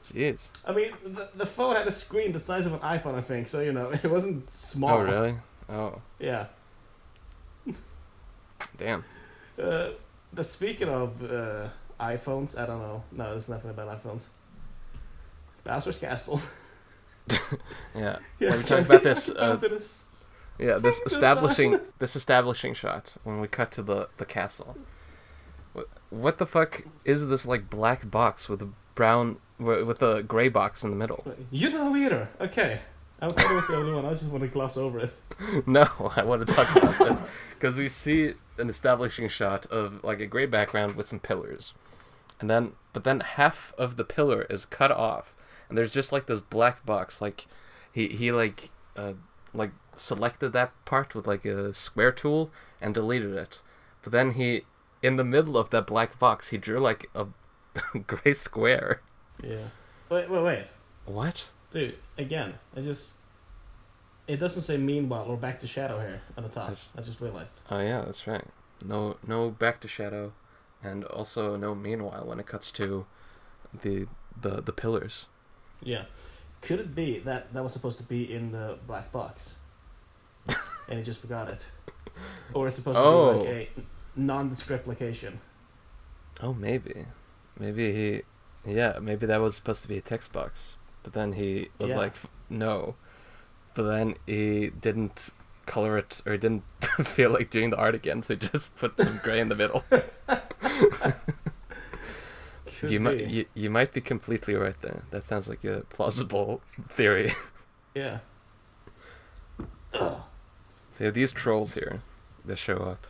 Jeez. Oh,
I mean, the, the phone had a screen the size of an iPhone, I think. So you know, <laughs> it wasn't small.
Oh really? Oh.
Yeah.
Damn.
Uh, but speaking of uh, iPhones, I don't know. No, there's nothing about iPhones. Bowser's Castle. <laughs>
Yeah.
Yeah.
When we talk about
<laughs>
this,
Back
uh,
to this.
Yeah, this
Think this
establishing this establishing shot when we cut to the the castle. Wh- What the fuck is this like black box with a brown wi- with a gray box in the middle?
You don't know either. Okay. I'm probably the only one. I just want to gloss over it.
<laughs> No, I want to talk about this because we see an establishing shot of like a gray background with some pillars, and then but then half of the pillar is cut off, and there's just like this black box. Like he he like uh like selected that part with like a square tool and deleted it, but then he in the middle of that black box he drew like a <laughs> gray square.
Yeah. Wait, wait, wait.
What?
Dude, again, I just. It doesn't say meanwhile or back to shadow here at the top.
That's-
I just realized.
Oh yeah, that's right. No, no back to shadow, and also no meanwhile when it cuts to the the the pillars.
Yeah. Could it be that that was supposed to be in the black box? and he just forgot it. Or it's supposed
Oh.
to be like a nondescript location.
Oh, maybe, maybe he, yeah, maybe that was supposed to be a text box, but then he was
Yeah.
like, "F- no, but then he didn't color it or he didn't <laughs> feel like doing the art again, so he just put some gray in the <laughs> middle.
Could
you might
be.
you, you might be completely right there. That sounds like a plausible <laughs> theory.
Yeah.
so you have these trolls here, that show up.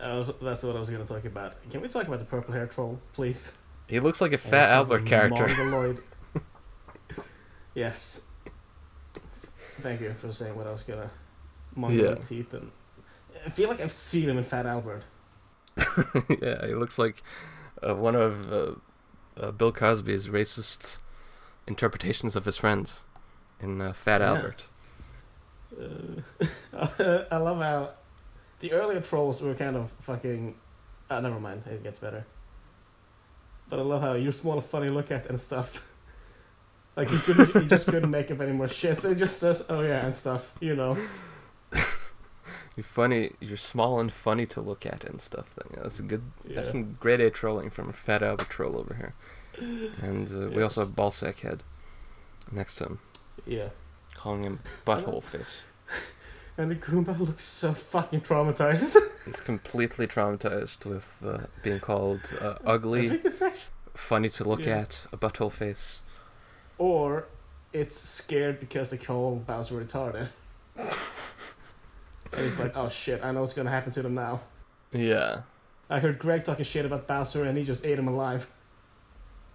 Uh, that's what I was going to talk about. Can we talk about the purple hair troll, please?
He looks like a fat Albert character. <laughs>
Mongoloid. yes. Thank you for saying what I was gonna. Mongoloid
Yeah.
teeth and I feel like I've seen him in Fat Albert.
<laughs> yeah, he looks like uh, one of uh, uh, Bill Cosby's racist interpretations of his friends in uh, Fat
Yeah.
Albert.
Uh, <laughs> I love how the earlier trolls were kind of fucking. Ah, never mind. It gets better. But I love how you're small and funny to look at and stuff. <laughs> Like he couldn't, he just couldn't make up any more shit. So he just says, "Oh yeah," and stuff. You know.
You're funny. You're small and funny to look at and stuff. Then yeah, that's a good.
Yeah.
That's some great A trolling from a Fat Albert troll over here. And uh, we also
Yes.
have Ballsack Head next to him,
yeah.
calling him Butthole Face.
And the Goomba <laughs> looks so fucking traumatized. <laughs>
He's completely traumatized with uh, being called uh,
I
ugly,
think it's actually,
funny to look
Yeah.
at, a butthole face.
or it's scared because they call Bowser retarded. and it's like, oh shit, I know what's gonna happen to them now.
Yeah.
I heard Greg talking shit about Bowser and he just ate him alive.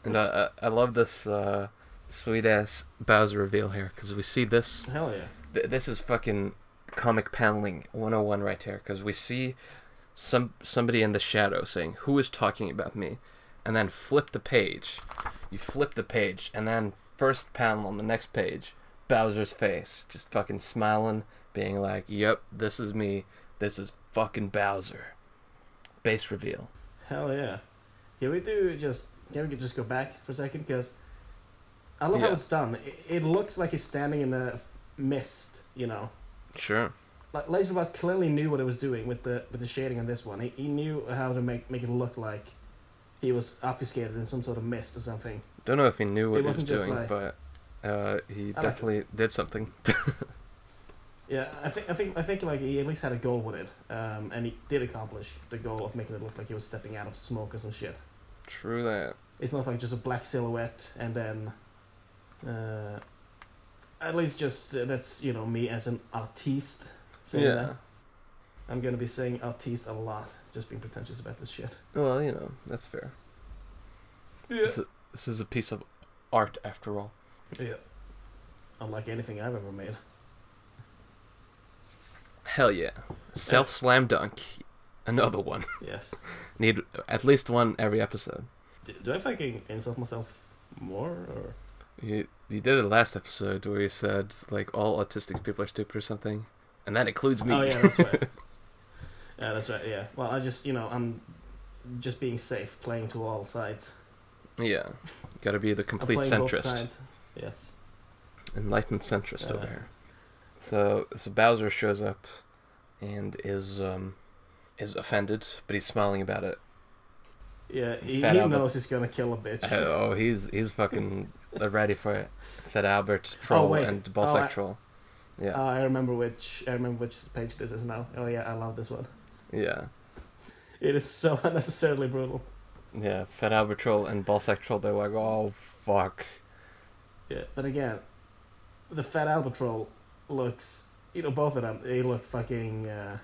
And I, I I love this uh, sweet ass Bowser reveal here because we see this.
Hell yeah.
Th- this is fucking comic paneling 101 right here because we see some somebody in the shadow saying, "Who is talking about me?" And then flip the page. You flip the page, and then first panel on the next page, Bowser's face, just fucking smiling, being like, "Yep, this is me. This is fucking Bowser." Base reveal.
Hell yeah. Can we do just can we just go back for a second? Because I love how
Yeah.
it's done. It, it looks like he's standing in a mist, you know.
Sure.
Like Laserboss clearly knew what it was doing with the with the shading on this one. He, he knew how to make make it look like he was obfuscated in some sort of mist or something.
Don't know if he knew what
It
he was
wasn't just
doing,
like-
but uh, he
I like
definitely did something.
Yeah, I think I think I think like he at least had a goal with it, um, and he did accomplish the goal of making it look like he was stepping out of smoke or some shit.
True that.
It's not like just a black silhouette and then, uh, at least just uh, that's you know me as an artiste. Saying
yeah.
that. I'm gonna be saying artiste a lot, just being pretentious about this shit.
Well, you know that's fair. This, is, this is a piece of art, after all.
Yeah. Unlike anything I've ever made.
Hell yeah! Self slam dunk. Another one. <laughs>
Yes.
Need at least one every episode.
Do, do I fucking insult myself more or?
You you did it last episode where you said like all autistic people are stupid or something, and that includes me.
Oh yeah, that's right. yeah, that's right. Yeah. Well, I just you know I'm just being safe, playing to all sides.
<laughs> Yeah. Got to be the
I'm
complete
playing both
centrist.
sides. Yes.
enlightened centrist over
Yeah.
here. So so Bowser shows up and is um is offended, but he's smiling about it.
Yeah, he,
Fat
he
Albert.
knows he's gonna kill a bitch.
oh, he's he's fucking <laughs> ready for it. Fed Albert troll
wait.
and Ballsack
Oh, I-
troll. Yeah,
Uh, I remember which I remember which page this is now. Oh yeah, I love this one.
yeah,
It is so <laughs> unnecessarily brutal.
yeah. Fed Albert troll and Ballsack troll. They're like, oh fuck.
Yeah. But again, the fat albatross looks you know, both of them, they look fucking, uh,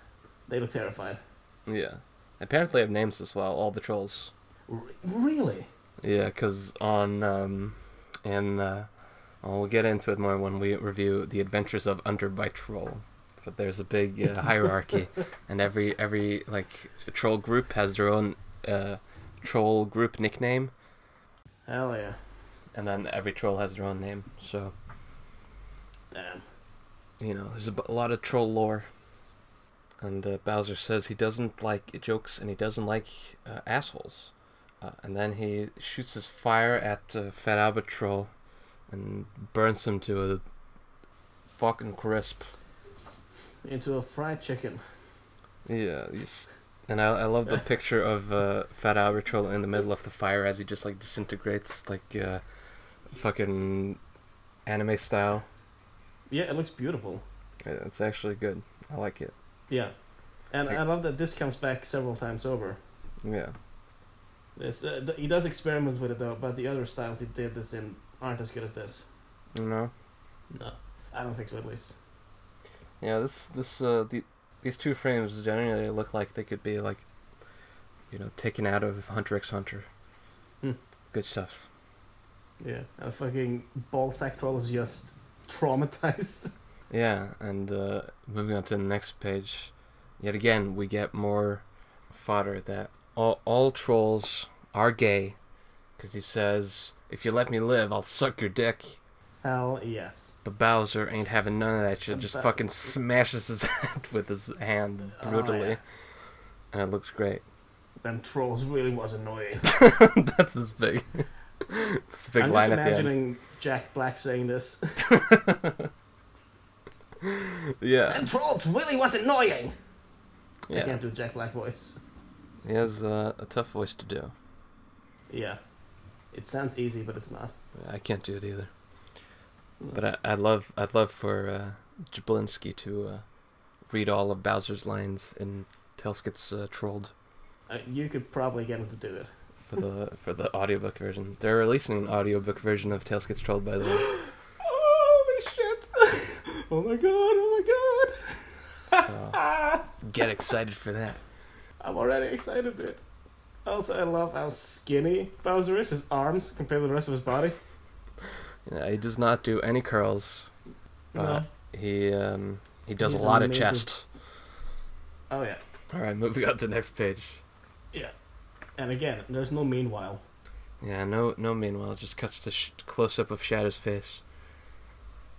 they look terrified.
Yeah. Apparently have names as well, all the trolls.
R- really?
Yeah, because on, um, and, uh, well, we'll get into it more when we review The Adventures of Underbite Troll. But there's a big uh, hierarchy, and every, every, like, troll group has their own, uh, troll group nickname,
Hell yeah.
and then every troll has their own name, so.
Damn.
you know, there's a, b- a lot of troll lore. And uh, Bowser says he doesn't like jokes and he doesn't like uh, assholes. Uh, and then he shoots his fire at uh, Fat Albert Troll and burns him to a fucking crisp.
Into a fried chicken.
Yeah. He's, and I, I love the picture of uh, Fat Albert Troll in the middle of the fire as he just like disintegrates, like uh, fucking anime style.
Yeah, it looks beautiful.
Uh, It's actually good. I like it.
Yeah. And
Hey.
I love that this comes back several times over.
Yeah.
This, uh, th- he does experiment with it though, but the other styles he did this in aren't as good as this.
You know?
No. I don't think so, at least.
Yeah, this this uh the, these two frames generally look like they could be like, you know, taken out of Hunter x Hunter.
Hmm.
Good stuff.
Yeah. A fucking ballsack troll is just traumatized. <laughs>
Yeah, and uh, moving on to the next page, yet again we get more fodder that all, all trolls are gay, because he says, "If you let me live, I'll suck your dick."
Hell yes.
But Bowser ain't having none of that shit. Just
Bow-
fucking smashes his <laughs> head with his hand
Oh,
brutally,
yeah.
and it looks great.
Them trolls really was annoying.
<laughs> That's this big. It's this big
I'm
line
just
at the end.
imagining Jack Black saying this.
<laughs> Yeah.
and trolls really was annoying. I
Yeah.
can't do Jack Black voice.
He has uh, a tough voice to do.
Yeah. It sounds easy, but it's not.
I can't do it either.
Hmm.
But I, I'd love, I'd love for uh, Jablinski to uh, read all of Bowser's lines in Tails Gets uh, Trolled
Uh, you could probably get him to do it.
for
<laughs>
the for the audiobook version. They're releasing an audiobook version of Tails Gets Trolled, by the
<laughs>
way.
Holy shit! <laughs> oh my god! Oh my god! Ah.
So get excited for that.
I'm already excited. Dude. Also, I love how skinny Bowser is. His arms compared to the rest of his body.
Yeah, he does not do any curls. But he um, he does
He's
a lot of
amazing.
chest.
Oh yeah.
All right, moving on to next page.
Yeah. And again, there's no meanwhile.
Yeah, no, no. Meanwhile, it just cuts to sh- close up of Shadow's face,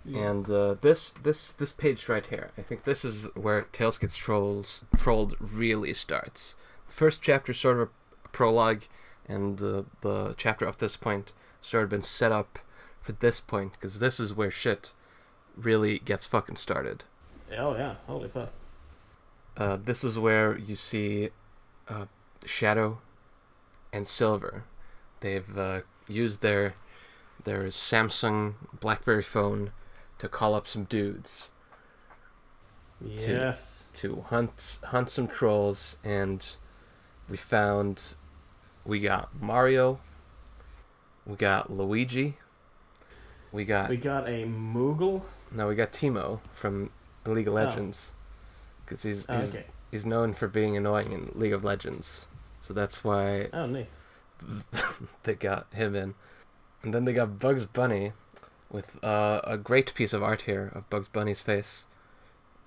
and uh, this, this, this page right here. I think this is where Tails gets trolls trolled really starts. The first chapter is sort of a prologue, and uh, the chapter up this point sort of been set up for this point because this is where shit really gets fucking started.
Oh yeah. Holy fuck.
Uh, this is where you see uh, Shadow and Silver. They've uh, used their their Samsung BlackBerry phone to call up some dudes
Yes.
to hunt hunt some trolls, and we found we got Mario, we got Luigi, we got
We got a Moogle.
no, we got Timo from League of Legends because he's,
Oh,
he's
okay.
is known for being annoying in League of Legends. So that's why <laughs>
Oh neat.
they got him in. And then they got Bugs Bunny with uh, a great piece of art here of Bugs Bunny's face,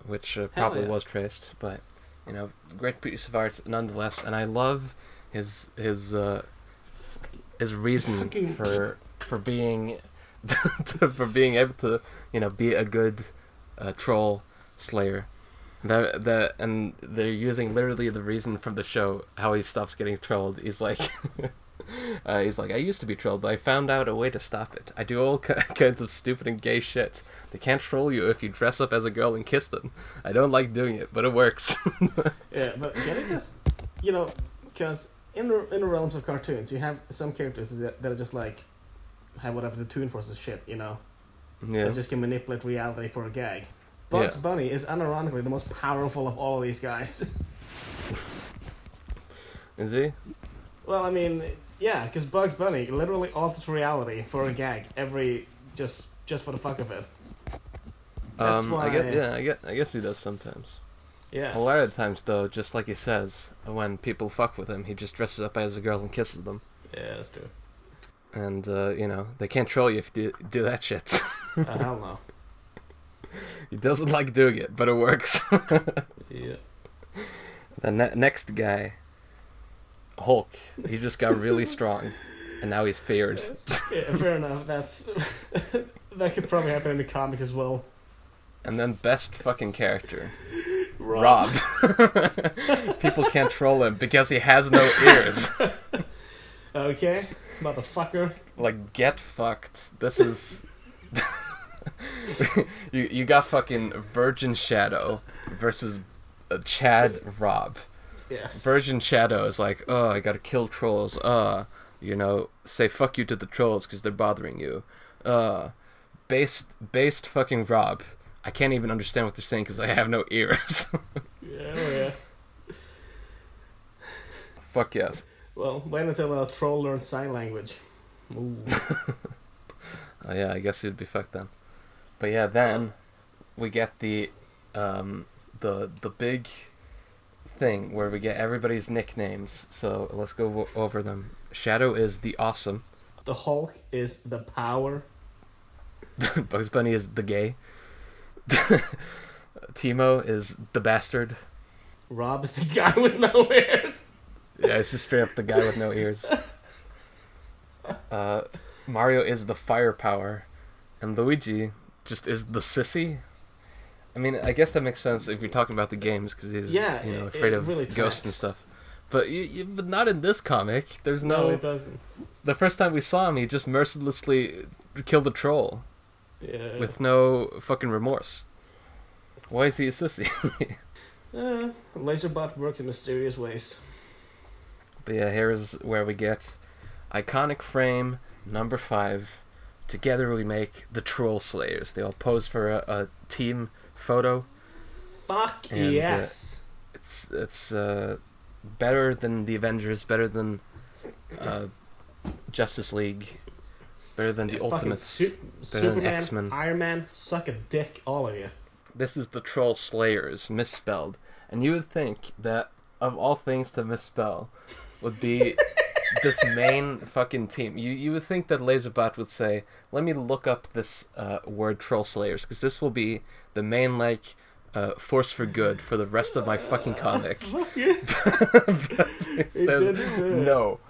which uh, probably
yeah.
was traced, but you know, great piece of art nonetheless. And I love his his uh, his reason
Fucking-
for for being <laughs> for being able to you know be a good uh, troll slayer. The the and they're using literally the reason from the show how he stops getting trolled. He's like, <laughs> uh, he's like, I used to be trolled, but I found out a way to stop it. I do all ki- <laughs> kinds of stupid and gay shit. They can't troll you if you dress up as a girl and kiss them. I don't like doing it, but it works. <laughs>
Yeah, but getting this, you know, because in the in the realms of cartoons, you have some characters that, that are just like have whatever the tune forces shit, you know,
yeah,
that just can manipulate reality for a gag. Bugs
Yeah.
Bunny is unironically the most powerful of all of these guys. <laughs>
is he?
well, I mean, yeah, because Bugs Bunny literally alters reality for a gag every just just for the fuck of it. That's
um,
why.
I guess, yeah, Oh. I guess, I guess he does sometimes.
yeah.
A lot of the times, though, just like he says, when people fuck with him, he just dresses up as a girl and kisses them.
Yeah, that's true.
And, uh, you know, they can't troll you if you do that shit. <laughs>
uh, hell no.
he doesn't like doing it, but it works. <laughs>
Yeah.
the ne- next guy, Hulk, he just got <laughs> really strong, and now he's feared.
yeah, fair enough. That's <laughs> that could probably happen in the comics as well.
And then best fucking character, Rob. <laughs> People can't troll him because he has no ears.
Okay, motherfucker.
like get fucked. This is <laughs> you. You got fucking Virgin Shadow versus uh, Chad Rob.
Yes.
Virgin Shadow is like, oh, I gotta kill trolls. Uh, you know, say fuck you to the trolls because they're bothering you. Uh, based based fucking Rob. I can't even understand what they're saying because I have no ears. <laughs>
yeah, oh yeah.
Fuck yes.
Well, wait until a troll learns sign language. Ooh.
Oh yeah, I guess he'd be fucked then. But yeah, then we get the um the the big thing where we get everybody's nicknames. So let's go vo- over them. Shadow is the awesome. <laughs>
the Hulk is the power.
Bugs Bunny is the gay. <laughs> Timo is the bastard.
Rob is the <laughs> guy with no ears.
Yeah, it's just straight up the guy with no
<laughs>
ears. Uh, Mario is the firepower, and Luigi just is the sissy. I mean, I guess that makes sense if you're talking about the games because he's
Yeah,
you know
it-
afraid
it
of
really
ghosts
tracks.
and stuff. But you, you, but not in this comic. There's
No,
no.
it doesn't.
the first time we saw him, he just mercilessly killed a troll
Yeah.
with no fucking remorse. Why is he a sissy?
uh, Laserbot works in mysterious ways.
But yeah, here is where we get iconic frame number five. Together we make the Troll Slayers. They all pose for a, a team photo.
Fuck
And, uh,
yes.
It's it's uh, better than the Avengers, better than uh, Justice League, better than the
Fucking
Ultimates.
Su-
better than
Superman,
X-Men.
Iron Man, suck a dick, all of you.
<laughs> This is the Troll Slayers misspelled, and you would think that of all things to misspell would be this main fucking team. You you would think that Laserbot would say, "Let me look up this uh, word Troll Slayers because this will be the main like uh, force for good for the rest of my fucking comic."
Fuck you.
But <laughs> it
It
says,
didn't do it.
no,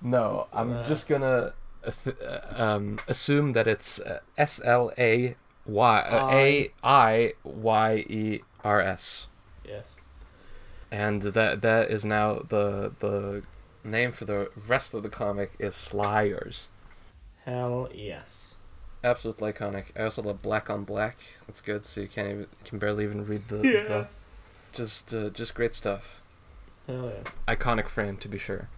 no, I'm
Uh.
just gonna uh, th- uh, um, assume that it's uh, S L A Y uh, A
I.
I Y E R S,
Yes.
and that that is now the the name for the rest of the comic is Slayers.
Hell yes.
Absolutely iconic. I also love black on black. That's good, so you can't even can barely even read
<laughs>
the, the just uh, just great stuff.
Hell yeah.
iconic frame to be sure.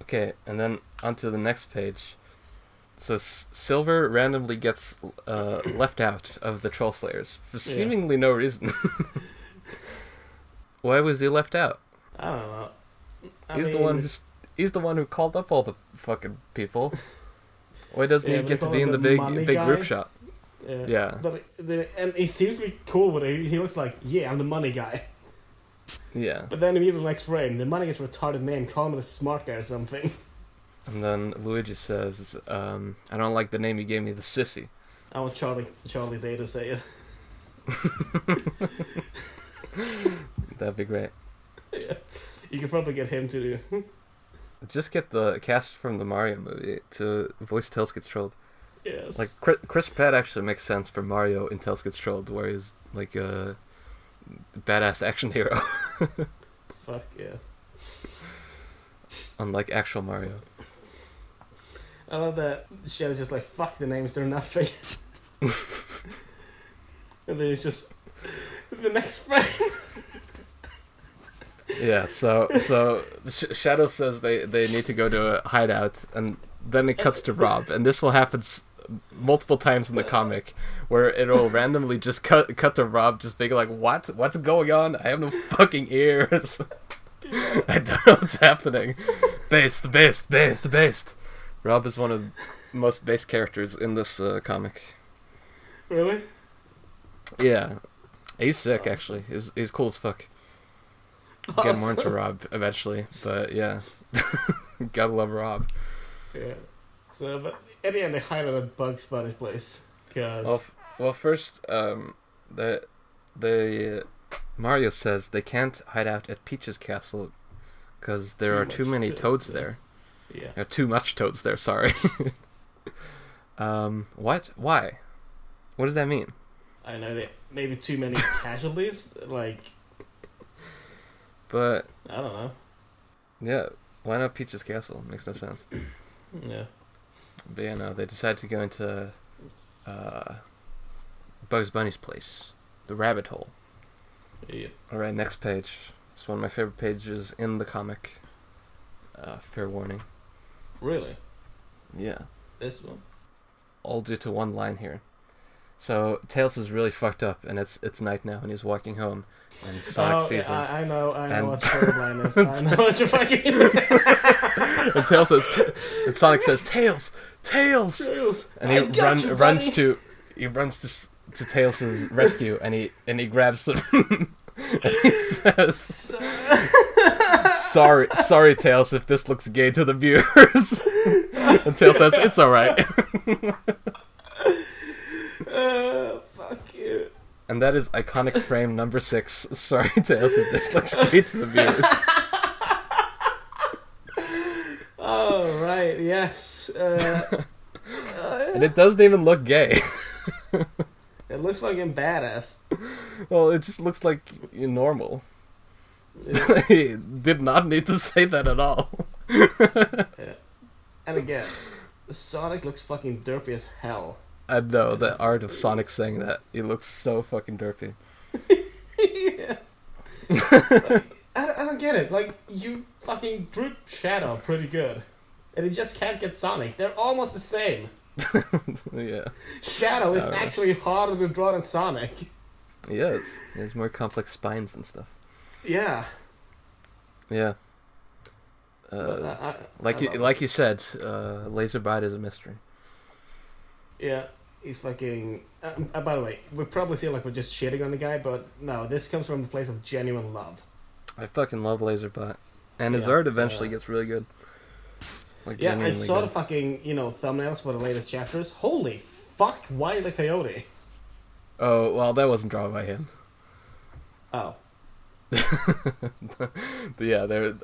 Okay, and then onto the next page. So S- Silver randomly gets uh, <coughs> left out of the Troll Slayers for
Yeah.
seemingly no reason. <laughs> Why was he left out?
I don't know. I
he's the
mean,
one who's he's the one who called up all the fucking people. Why doesn't
Yeah,
he
but
get to
they call
be
him
in the
the
big
money
big group
guy?
shot?
Yeah.
Yeah,
But the, and he seems to be cool with it. He looks like, yeah, I'm the money guy.
yeah.
But then immediately the next frame, the money guy's a retarded man. Call him the smart guy or something. <laughs>
And then Luigi says, um, "I don't like the name you gave me, the sissy."
I want Charlie Charlie Day to say it.
That'd be great.
You could probably get him to do.
Just get the cast from the Mario movie to voice Tails Gets Trolled.
<laughs> Yes.
Like Chris, Chris Pratt actually makes sense for Mario in Tails Gets Trolled, where he's like a badass action hero, <laughs>
fuck yes.
unlike actual Mario.
I love that Shadow's just like, fuck the names, they're nothing. <laughs> and then it's just the next <laughs> frame.
Yeah. So so Sh- Shadow says they they need to go to a hideout, and then it cuts to Rob, and this will happen. S- multiple times in the comic where it'll randomly just cut cut to Rob just being like what what's going on I have no fucking ears <laughs> I don't know what's happening. Based, based, based, based. Rob is one of the most based characters in this uh, comic.
Really?
Yeah, he's sick. Actually, he's he's cool as fuck. Get more into Rob eventually, but yeah, <laughs> gotta love Rob.
Yeah. So, but at the end, they highlighted Bugs Bunny's place. Cause
Well, f- well, first, um, the the uh, Mario says they can't hide out at Peach's castle because there
Too
are too
much
many
toads
toads
there.
there.
yeah,
Uh, too much toads there. Sorry. <laughs> um, what? Why? What does that mean?
I know that maybe too many <laughs> casualties. Like
But
I don't know.
yeah, why not Peach's castle? Makes no sense.
Yeah.
But yeah, no, they decide to go into uh, Bugs Bunny's place, the rabbit hole.
Yeah.
All right, next page. It's one of my favorite pages in the comic. Uh, fair warning.
Really,
Yeah.
this one.
all due to one line here. So Tails is really fucked up, and it's it's night now, and he's walking home, and Sonic
oh,
sees him.
yeah, I, I know. I know
And-
what third line <laughs> is. I know <laughs> what you're fucking.
and Tails says, "Ta- and Sonic says, "Tails, Tails!" And
I
he
got
run,
you,
runs
buddy.
to he runs to s- to Tails' rescue, and he and he grabs him. and <laughs> he says,
So-
"Sorry, sorry, Tails, if this looks gay to the viewers." <laughs> and Tails says, "It's all right."
Uh, fuck you.
And that is iconic frame number six. Sorry, Tails, if this looks gay to the viewers.
Oh right, yes. <laughs> Uh, uh,
And it doesn't even look gay. <laughs>
it looks fucking badass.
Well, it just looks like y- normal. <laughs>
Yeah.
He did not need to say that at all.
And again, Sonic looks fucking derpy as hell. <laughs>
I know the art of Sonic saying that. He looks so fucking derpy. <laughs>
<laughs> yes. like, I, I don't get it. Like, you fucking droop Shadow pretty good. And you just can't get Sonic. They're almost the same.
yeah.
Shadow is
Oh.
actually harder to draw than Sonic.
He is. He has more complex spines and stuff.
<laughs> Yeah.
Yeah.
But
Uh,
I- I-
like
I
you,
love
like
it.
you said, uh, Laser Bride is a mystery.
Yeah, he's fucking. Uh, uh, by the way, we probably seem like we're just shitting on the guy, but no, this comes from the place of genuine love.
I fucking love Laserbot, and his
Yeah,
art eventually
uh,
gets really good. Like
Yeah, I
genuinely
saw the
good.
fucking, you know, thumbnails for the latest chapters. Holy fuck, Wile E. Coyote.
Oh well, that wasn't drawn by him. <laughs>
Oh.
But yeah, they're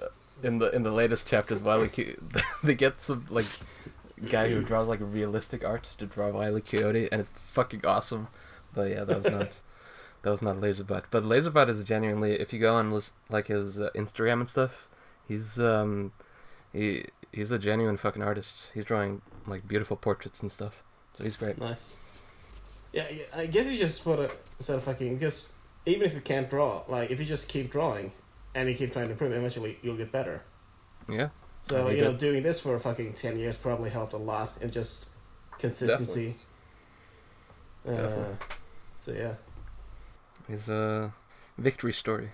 in the in the latest chapters. Wile E. Coy- <laughs> they get some like guy who draws like realistic art to draw Wile E. Coyote, and it's fucking awesome. But yeah,
<laughs>
that was not that was not Laserbot. But Laserbot is genuinely, if you go on lis- like his uh, Instagram and stuff, he's um he he's a genuine fucking artist. He's drawing like beautiful portraits and stuff. So he's great.
Nice. Yeah, yeah, I guess it's just for the sort of fucking because even if you can't draw, like if you just keep drawing and you keep trying to improve, eventually you'll get better.
Yeah,
So
That'd be
you know,
good.
doing this for fucking ten years probably helped a lot in just consistency.
Definitely.
Uh, so yeah,
he's a victory story.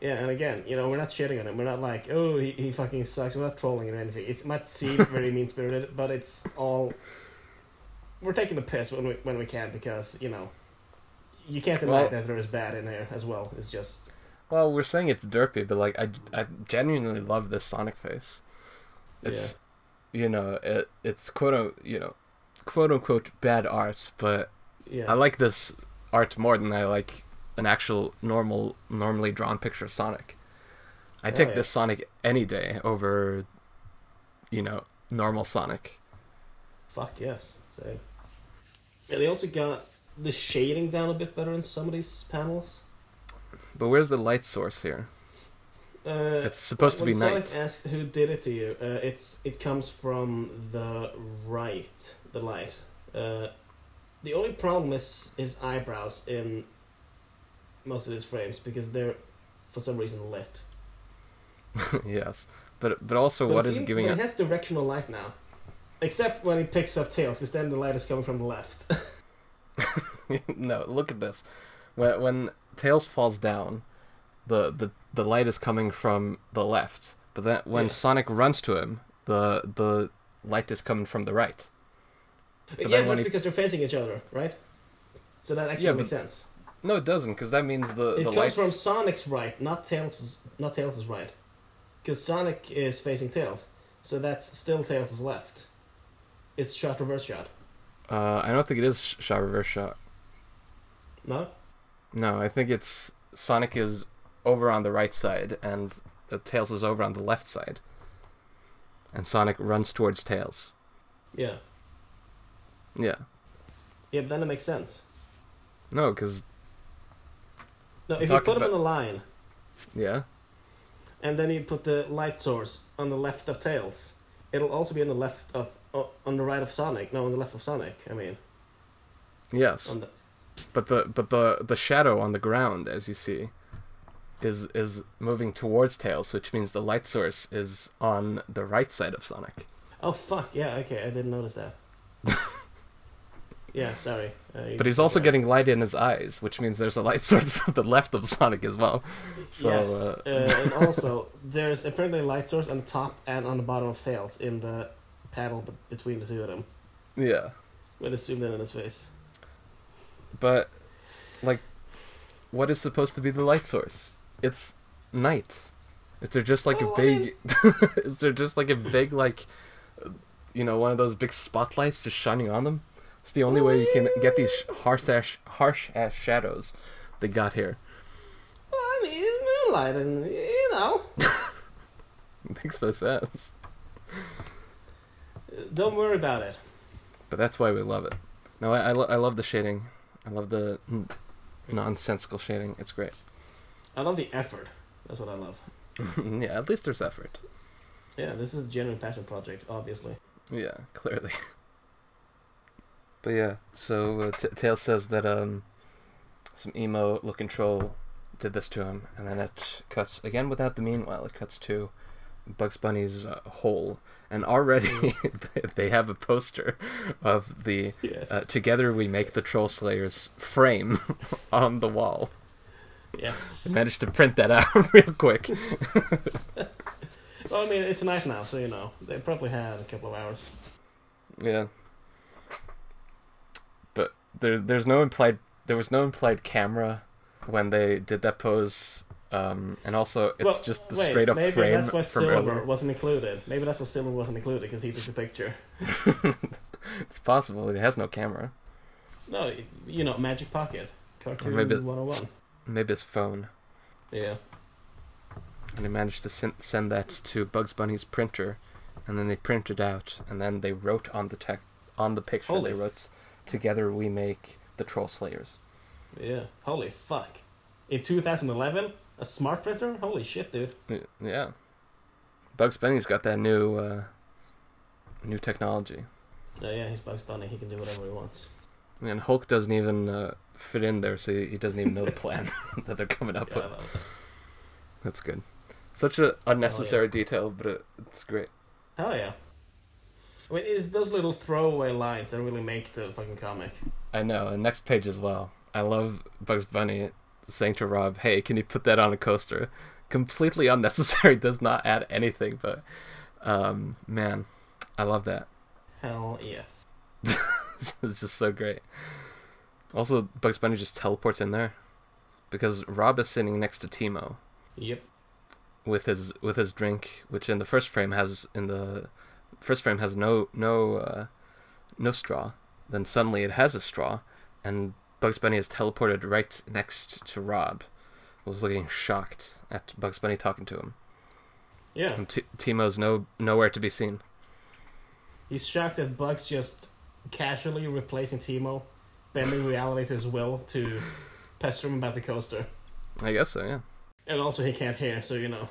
yeah, and again, you know, we're not shitting on him. We're not like, oh, he, he fucking sucks. We're not trolling him or anything. It might seem
<laughs>
very mean spirited, but it's all. We're taking the piss when we when we can because you know, you can't deny
Well-
that there is bad in there as well. It's just
Well, we're saying it's derpy, but like I, I genuinely love this Sonic face. It's you know, it, it's quote un- you know, quote unquote bad art, but
yeah,
I like this art more than I like an actual normal normally drawn picture of Sonic. I
Hell
take
yeah.
this Sonic any day over you know, normal Sonic.
Fuck yes. So yeah, they also got the shading down a bit better in some of these panels.
But where's the light source here?
Uh,
It's supposed to
when
be
Sonic
night.
asks who did it to you, uh, it's it comes from the right, the light. Uh, the only problem is his eyebrows in most of his frames because they're for some reason lit.
<laughs> yes. But but also what
it
is
seems-
giving
but
it
it has directional light now, except when he picks up tails, because then the light is coming from the left. <laughs>
<laughs> no, look at this. When when Tails falls down, the the, the light is coming from the left. But then when
Yeah.
Sonic runs to him, the the light is coming from the right.
yeah,
then when
that's
he-
because they're facing each other, right? So that actually
Yeah,
makes
but-
sense.
No, it doesn't, because that means the the
It comes
lights.
from Sonic's right, not Tails' not Tails' right, because Sonic is facing Tails, so that's still Tails' left. It's shot reverse shot.
Uh, I don't think it is sh- shot reverse shot.
No,
No, I think it's Sonic is over on the right side and uh, Tails is over on the left side. And Sonic runs towards Tails.
yeah,
Yeah.
yeah. But then it makes sense.
No, because
No, if you
Talking
put him
about-
in a line
yeah,
and then you put the light source on the left of Tails, it'll also be on the left of o- on the right of Sonic. No, on the left of Sonic. I mean,
yes,
on the
but the but the the shadow on the ground, as you see, is is moving towards Tails, which means the light source is on the right side of Sonic.
oh fuck yeah okay I didn't notice
<laughs>
that. yeah, sorry. Uh, you-
But he's also
yeah.
getting light in his eyes, which means there's a light <laughs> source from the left of Sonic as well. So
yes.
uh,
uh, and also, there's apparently a light source on the top and on the bottom of Tails in the panel b- between the two of them.
yeah.
With it zoomed in on his face.
but like what is supposed to be the light source it's night is there just like
Well,
a
I
big <laughs> is there just like a big like you know one of those big spotlights just shining on them it's the only way you can get these sh- harsh ass harsh ass shadows they got here
Well, I mean, it's moonlight, and you know,
makes no sense
don't worry about it.
but that's why we love it no i, I, lo- I love the shading i love the n- nonsensical shading it's great <laughs>
I love the effort. That's what I love.
yeah at least there's effort
Yeah, this is a genuine passion project, obviously.
Yeah, clearly. But yeah, so uh, T- Tails says that um, some emo looking troll did this to him, and then it cuts again without the meanwhile. It cuts to Bugs Bunny's uh, hole, and already <laughs> they have a poster of the
Yes.
uh, "Together We Make the Troll Slayers" frame <laughs> on the wall.
yes.
Managed to print that out <laughs> real quick.
Well, I mean, it's night now, so you know they probably had a couple of hours.
Yeah. But there there's no implied there was no implied camera when they did that pose. Um, and also it's
Well,
just the
wait,
straight up
maybe
frame
that's why
from
silver
earlier.
wasn't included. Maybe that's why silver wasn't included because he took the picture.
It's possible it has no camera.
No, you know, magic pocket, cartoon
maybe-
one hundred and one.
Maybe it's phone.
Yeah.
And they managed to send, send that to Bugs Bunny's printer, and then they printed out, and then they wrote on the tech on the picture
Holy
they wrote, "Together we make the Troll Slayers."
Yeah. Holy fuck. In 2011, a smart printer? Holy shit, dude.
Y- Yeah, Bugs Bunny's got that new uh, new technology.
Oh, yeah, he's Bugs Bunny. He can do whatever he wants.
And Hulk doesn't even uh, fit in there, so he he doesn't even know the plan <laughs> that they're coming up
Yeah, I
with.
love it.
That's good. Such an unnecessary detail, but it, it's great.
Hell yeah. I mean, it's those little throwaway lines that really make the fucking comic.
I know. And next page as well. I love Bugs Bunny saying to Rob, "Hey, can you put that on a coaster?" Completely unnecessary. <laughs> Does not add anything, but um, man, I love that. <laughs>
Hell yes.
it's just so great. Also, Bugs Bunny just teleports in there because Rob is sitting next to Timo,
Yep.
with his with his drink, which in the first frame has in the first frame has no no uh, no straw. Then suddenly it has a straw, and Bugs Bunny is teleported right next to Rob, who was looking shocked at Bugs Bunny talking to him.
Yeah.
And T- Timo's no nowhere to be seen.
He's shocked that Bugs just casually replacing Timo, bending reality to his will to pester him about the coaster.
I guess so. Yeah,
And also, he can't hear, so you know.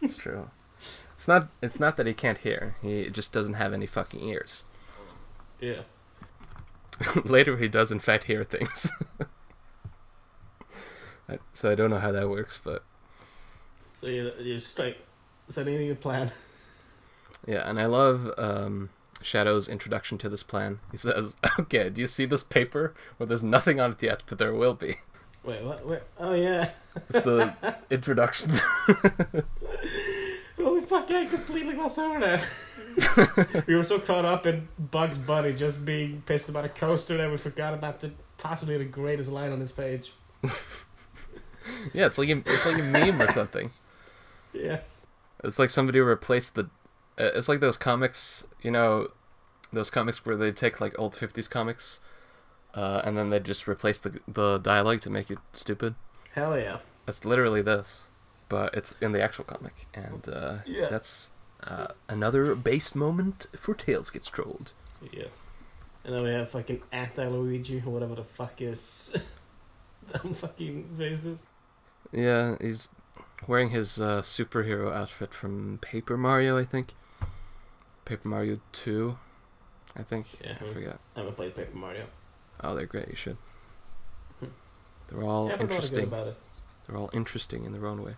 it's true. It's not. It's not that he can't hear. He just doesn't have any fucking ears. <laughs>
Yeah.
Later, he does in fact hear things. <laughs> I- so I don't know how that works, but
So you you're straight. So they need a plan. <laughs>
Yeah, and I love um, Shadow's introduction to this plan. He says, <laughs> "Okay, do you see this paper? Well, there's nothing on it yet, but there will be." <laughs>
Wait, what? Where? Oh, yeah.
It's the introduction. <laughs>
Holy fuck, I completely glossed over that.
<laughs> we were so caught up in Bugs Bunny just being pissed about a coaster that we forgot about the possibly the greatest line on this page.
Yeah, it's like a, it's like a meme or something.
Yes.
It's like somebody replaced the. uh, It's like those comics, you know, those comics where they take like old fifties comics, uh, and then they just replace the the dialogue to make it stupid.
Hell yeah.
That's literally this, but it's in the actual comic, and uh,
Yeah.
that's uh, another base moment for Tails gets trolled.
Yes.
And then we have fucking anti Luigi or whatever the fuck is. <laughs> Dumb fucking faces.
Yeah, he's wearing his uh, superhero outfit from Paper Mario, I think. Paper Mario Two, I think.
Yeah.
I forgot.
I haven't played Paper Mario.
Oh, they're great. You should.
Hmm.
They're all
yeah,
Oh, interesting.
About it.
They're all interesting in their own way.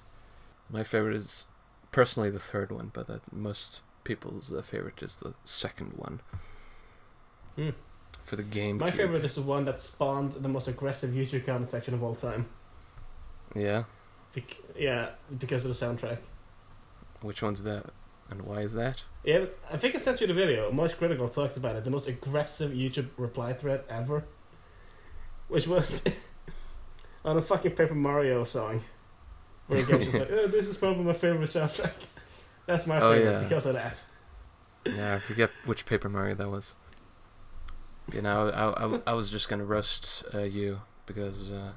My favorite is personally the third one, but that most people's uh, favorite is the second one.
Hmm.
For the game.
My favorite is the one that spawned the most aggressive YouTube comment section of all time.
Yeah.
Bec- yeah, because of the soundtrack.
Which one's that? And why is that?
Yeah, I think I sent you the video. Most critical talked about it. The most aggressive YouTube reply thread ever, which was <laughs> on a fucking Paper Mario song, where the guy's
<laughs>
just like, oh, "This is probably my favorite soundtrack. <laughs> That's my
Oh,
favorite
yeah.
because of that."
Yeah, I forget which Paper Mario that was. You know, I, I, I was just gonna roast uh, you because uh,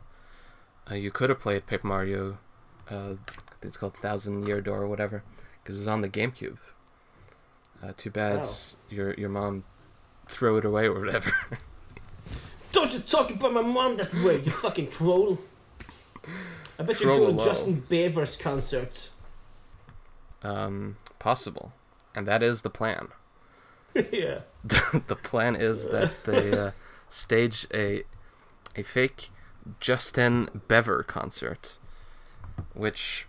uh, you could have played Paper Mario. Uh, it's called Thousand Year Door or whatever, because it was on the GameCube. Uh, too bad
Oh.
your your mom threw it away or whatever. <laughs>
Don't you talk about my mom that way, you fucking troll! I bet
Troll
you're going to
alone.
Justin Bieber's concert. <laughs>
Um, possible, and that is the plan.
yeah.
the plan is that
<laughs>
they uh, stage a a fake Justin Bever concert, which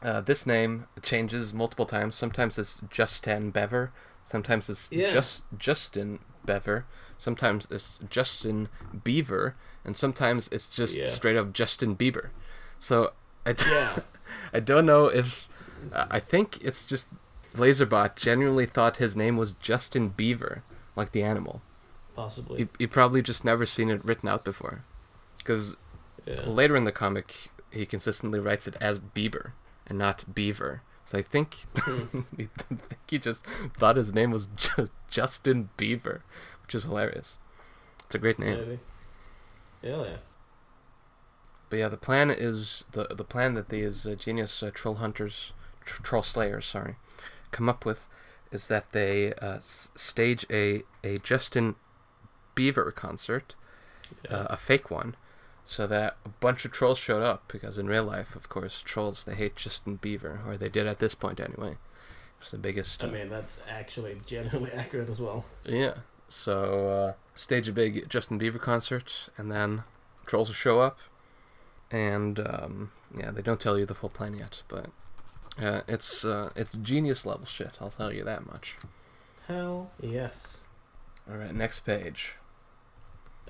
uh, this name changes multiple times. Sometimes it's Justin Bever, sometimes it's
Yeah.
just Justin Bever, sometimes it's Justin Beaver, and sometimes it's just
Yeah.
straight up Justin Bieber. So I d-
Yeah.
I don't know if I I think it's just Laserbot genuinely thought his name was Justin Beaver, like the animal.
Possibly.
You, you probably just never seen it written out before, because
Yeah.
later in the comic he consistently writes it as Bieber and not Beaver. So I think, <laughs> I think he just thought his name was <laughs> just Justin Beaver, which is hilarious. It's a great name.
Maybe. Hell yeah.
But yeah, the plan is the the plan that these uh, genius uh, troll hunters, tr- troll slayers, sorry, come up with is that they uh, s- stage a a Justin Beaver concert, uh, a fake one, so that a bunch of trolls showed up because in real life, of course, trolls they hate Justin Beaver or they did at this point anyway. It's the biggest.
I
uh,
mean, that's actually generally <laughs> accurate as well.
yeah. So uh, stage a big Justin Bieber concert, and then trolls will show up, and um, yeah, they don't tell you the full plan yet, but uh, it's uh, it's genius level shit. I'll tell you that much.
Hell yes.
All right, next page.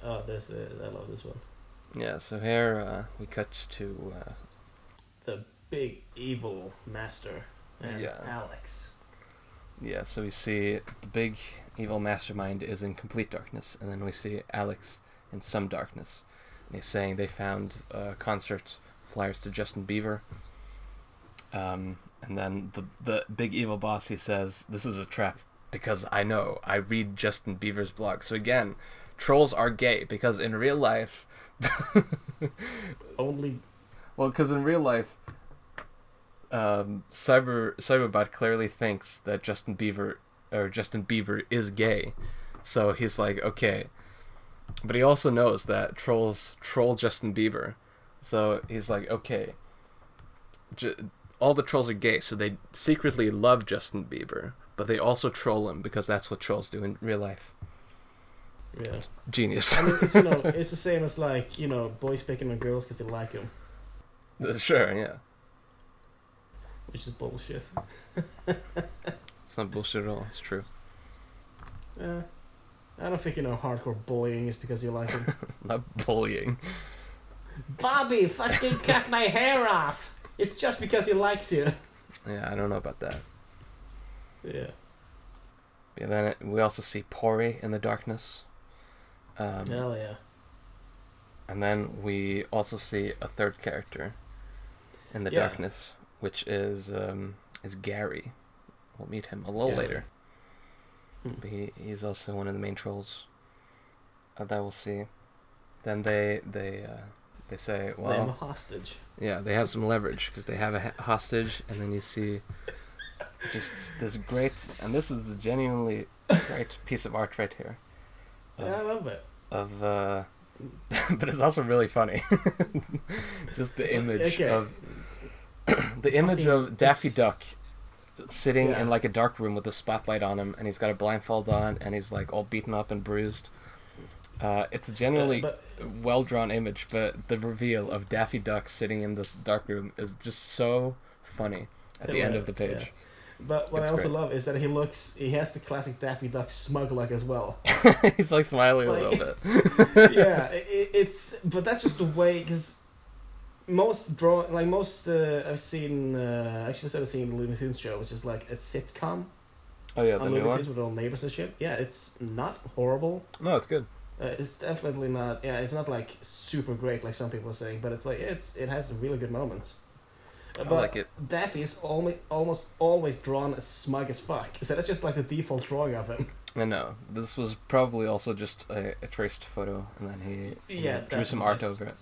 Oh, this is, I love this one.
Yeah. So here uh, we cut to uh,
The big evil master and
Yeah.
Alex.
yeah. So we see the big evil mastermind is in complete darkness, and then we see Alex in some darkness, and he's saying they found uh, concert flyers to Justin Bieber. Um, and then the the big evil boss he says, "This is a trap because I know I read Justin Bieber's blog." So again, trolls are gay because in real life, <laughs>
Only
well, because in real life, um, cyber cyberbot clearly thinks that Justin Bieber or Justin Bieber is gay, so he's like, okay, but he also knows that trolls troll Justin Bieber, so he's like, okay, J- all the trolls are gay, so they secretly love Justin Bieber, but they also troll him because that's what trolls do in real life.
yeah.
Genius, <laughs>
I mean, it's you know, it's the same as like you know, boys picking on girls because they like them,
sure, yeah,
which is bullshit.
it's not bullshit at all. It's true.
Eh, I don't think you know hardcore bullying is because you like
<laughs>
them.
Not bullying.
Bobby, fucking cut my hair off. It's just because he likes you.
Yeah, I don't know about that.
Yeah.
Yeah, then it, we also see Pori in the darkness. Um,
Hell yeah.
And then we also see a third character in the
Yeah.
darkness, which is um, is Gary. We'll meet him a little
Gary.
later.
Hmm.
But he, he's also one of the main trolls uh, that we'll see. Then they they uh, they say, well,
They have a hostage.
yeah, they have some leverage because they have a ha- hostage, and then you see just this great, and this is a genuinely great piece of art right here.
Yeah,
Of-
I love it.
of uh <laughs> but it's also really funny <laughs> just the image
Okay.
of <clears throat> the image of daffy
it's-
duck sitting
Yeah.
in like a dark room with a spotlight on him and he's got a blindfold on and he's like all beaten up and bruised uh, it's a generally
but
well drawn image but the reveal of daffy duck sitting in this dark room is just so funny at the end of the
Yeah.
page
but what
It's
I also
great.
love is that he looks he has the classic Daffy Duck smug look as well.
<laughs> he's like smiling a
Like-
little bit
yeah, it, it's but that's just the way because most draw like most uh, I've seen uh, actually instead of seeing the Looney Tunes show, which is like a sitcom
oh yeah the
on
new
Looney
one
Tunes with all neighbors and shit. Yeah, it's not horrible.
no it's good
Uh, it's definitely not. Yeah, it's not like super great like some people are saying, but it's like it's it has really good moments. Uh,
i like it
Daffy is almost almost always drawn as smug as fuck. So that's just like the default drawing of
<laughs>
him.
I know. This was probably also just a, a traced photo, and then he, he
Yeah,
drew some art
definitely.
over it.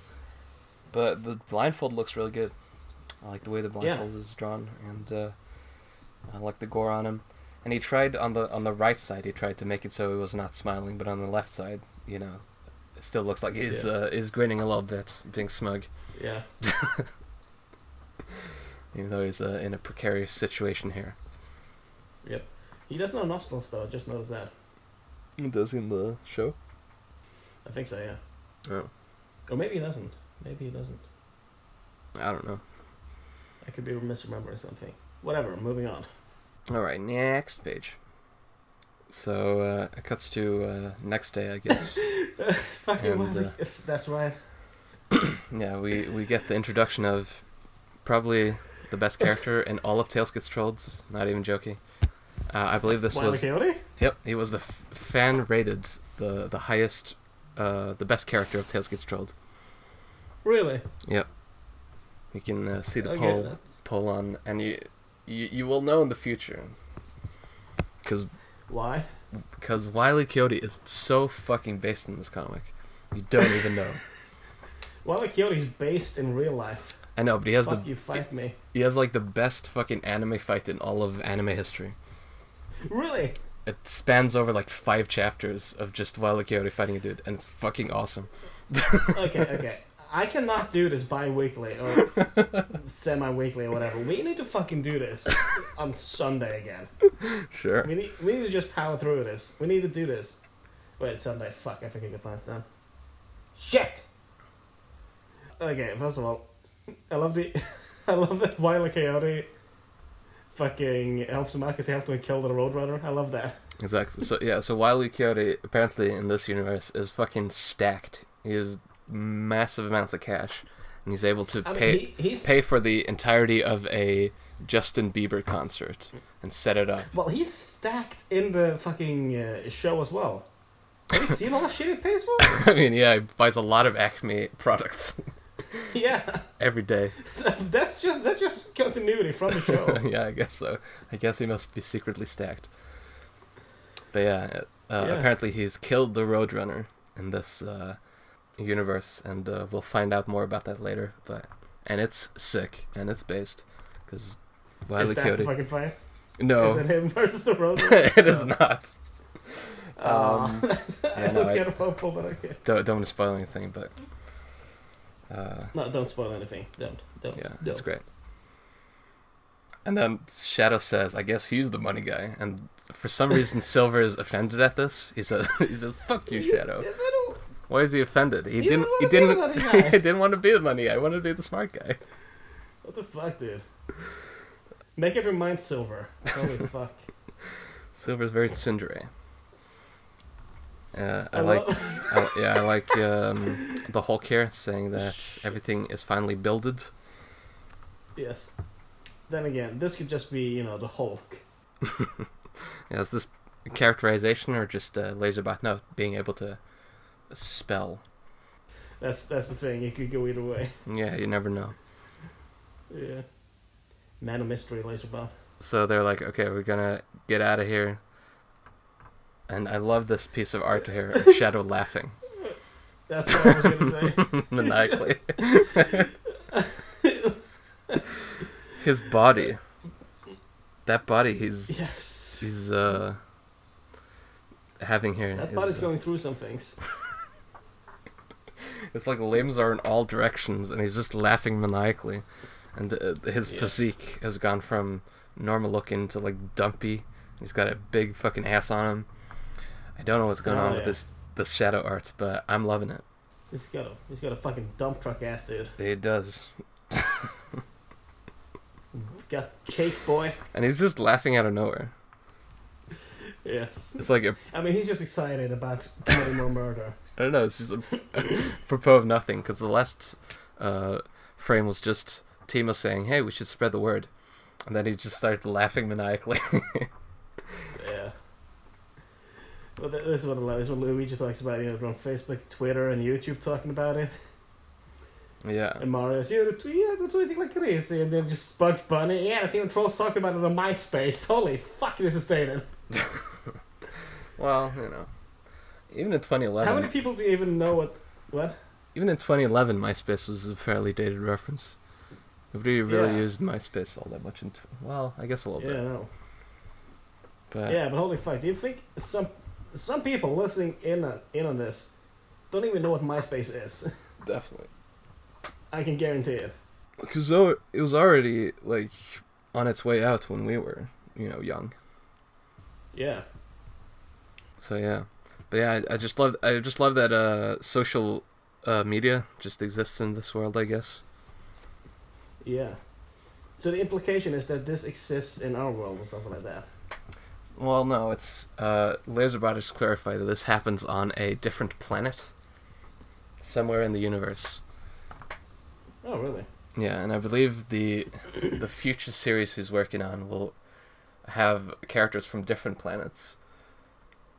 But the blindfold looks really good. I like the way the blindfold is drawn, and uh, I like the gore on him. And he tried on the on the right side. He tried to make it so he was not smiling, but on the left side, you know, it still looks like he's
Yeah.
uh, is grinning a little bit, being smug,
Yeah.
even though he's uh, in a precarious situation here.
He does not have nostrils though, just notice that.
Does in the show?
I think so, yeah.
Oh,
Or maybe he doesn't. Maybe he doesn't.
I don't know.
I could be misremembering something. Whatever, moving on. <laughs>
All right, next page. So uh, it cuts to uh, next day, I guess.
Fucking
And,
wild.
uh,
Yes, that's right.
yeah, we, we get the introduction of probably the best character in all of Tales Gets Trolled. Not even joking. Uh, I believe this
Wile E.
was
Coyote?
yep. He was the f- fan rated the the highest, uh, the best character of Tales Gets Trolled.
Really?
You can uh, see the
Okay,
poll
that's-
poll on, and you you, you will know in the future. Because
Why?
because Wiley E. Coyote is so fucking based in this comic. You don't even know.
Wile E. Coyote is based in real life.
I know, but he has
Fuck
the
you, fight me.
he has like the best fucking anime fight in all of anime history.
Really?
It spans over like five chapters of just Wiley Coyote fighting a dude, and it's fucking awesome. <laughs>
Okay, okay. I cannot do this bi weekly or semi weekly or whatever. We need to fucking do this on Sunday again.
Sure.
We need, we need to just power through this. We need to do this. Wait, it's Sunday. Fuck, I forget the plans now. Shit! Okay, first of all, I love the. <laughs> I love that Wile E. Coyote fucking helps him out because he helped him kill the Roadrunner. I love that.
Exactly. So yeah, so Wiley Coyote apparently in this universe is fucking stacked. He has massive amounts of cash, and he's able to
<laughs> I mean,
pay
he, he's.
pay for the entirety of a Justin Bieber concert and set it up. <laughs>
well, he's stacked in the fucking uh, show as well. Have you seen all the shit he pays <laughs> for?
I mean, yeah, he buys a lot of Acme products <laughs>
yeah.
every day.
So that's just that's just continuity from
<laughs>
the show.
yeah, I guess so. I guess he must be secretly stacked. But yeah, uh,
Yeah.
apparently he's killed the Roadrunner in this uh, universe, and uh, we'll find out more about that later. But and it's sick and it's based because
Is
Wiley
that
Coyote.
the fucking fight? Is Oh.
No, <laughs>
it him versus the Roadrunner?
it is
<laughs>
not.
Um, <laughs>
yeah,
I
no,
was
I
kind of hopeful, but okay.
don't don't want to spoil anything, but uh,
No, don't spoil anything. Don't. Don't.
Yeah,
don't.
that's great. And then Shadow says, "I guess he's the money guy." And for some
<laughs>
reason, Silver is offended at this. He says, <laughs> "He says, fuck you, Shadow.
Yeah, they don't-
Why is he offended? He
You
didn't.
don't
He
wanna be the
didn't.
money
<laughs> He
guy."
didn't want to be the money guy. He wanted to be the smart guy."
What the fuck, dude? Make up your mind silver.
<laughs>
Holy fuck.
Silver's very tsundere. Uh, I,
I
like,
love-
I, yeah, I like um, the Hulk here saying that everything is finally builded.
<laughs> yes. Then again, this could just be, you know, the Hulk.
Yes, this characterization or just uh, Laserbot? No, being able to spell.
That's that's the thing. It could go either way.
Yeah, you never know.
Yeah. Man of mystery, Laserbot.
So they're like, okay, we're gonna get out of here. And I love this piece of art here, Shadow laughing <laughs>
That's what I was gonna say. <laughs>
maniacally. His body, that body, he's
Yes.
he's uh having here.
That
is,
body's
uh,
going through some things.
It's like limbs are in all directions, and he's just laughing maniacally. And uh, his
Yes.
physique has gone from normal looking to like dumpy. He's got a big fucking ass on him. I don't know what's going
Oh,
on
yeah.
with this this shadow arts, but I'm loving it.
He's got a he's got a fucking dump truck ass, dude.
It does,
Got cake boy. <laughs>
and he's just laughing out of nowhere.
Yes.
It's like a
I mean, he's just excited about committing more murder.
I don't know. It's just a, <coughs> apropos of nothing because the last uh, frame was just Timo saying, "Hey, we should spread the word," and then he just started laughing maniacally. <laughs>
Yeah. Well, th- this is what, this is what Luigi talks about. You know, they're on Facebook, Twitter, and YouTube talking about it.
yeah,
And Mario's, you know, tweet, yeah, the tweeting like crazy. And then just Bugs Bunny. Yeah, I've seen trolls talking about it on MySpace. <laughs> Holy fuck, this is dated.
Well, you know, even in 2011,
How many people do you even know what? What?
even in 2011, MySpace was a fairly dated reference. Nobody really
Yeah.
used MySpace all that much. In t- well, I guess a little
Yeah,
bit,
no.
but
Yeah, but holy fuck, do you think some some people listening in on, in on this don't even know what MySpace is? <laughs>
definitely
I can guarantee it.
because though it was already like on its way out when we were, you know, young.
Yeah.
So yeah, but yeah, I, I just love I just love that uh, social uh, media just exists in this world. I guess
Yeah. So the implication is that this exists in our world or something like that.
Well, no, it's uh, Laserbot has clarified that this happens on a different planet, somewhere in the universe.
Oh, really?
Yeah, and I believe the the future series he's working on will have characters from different planets,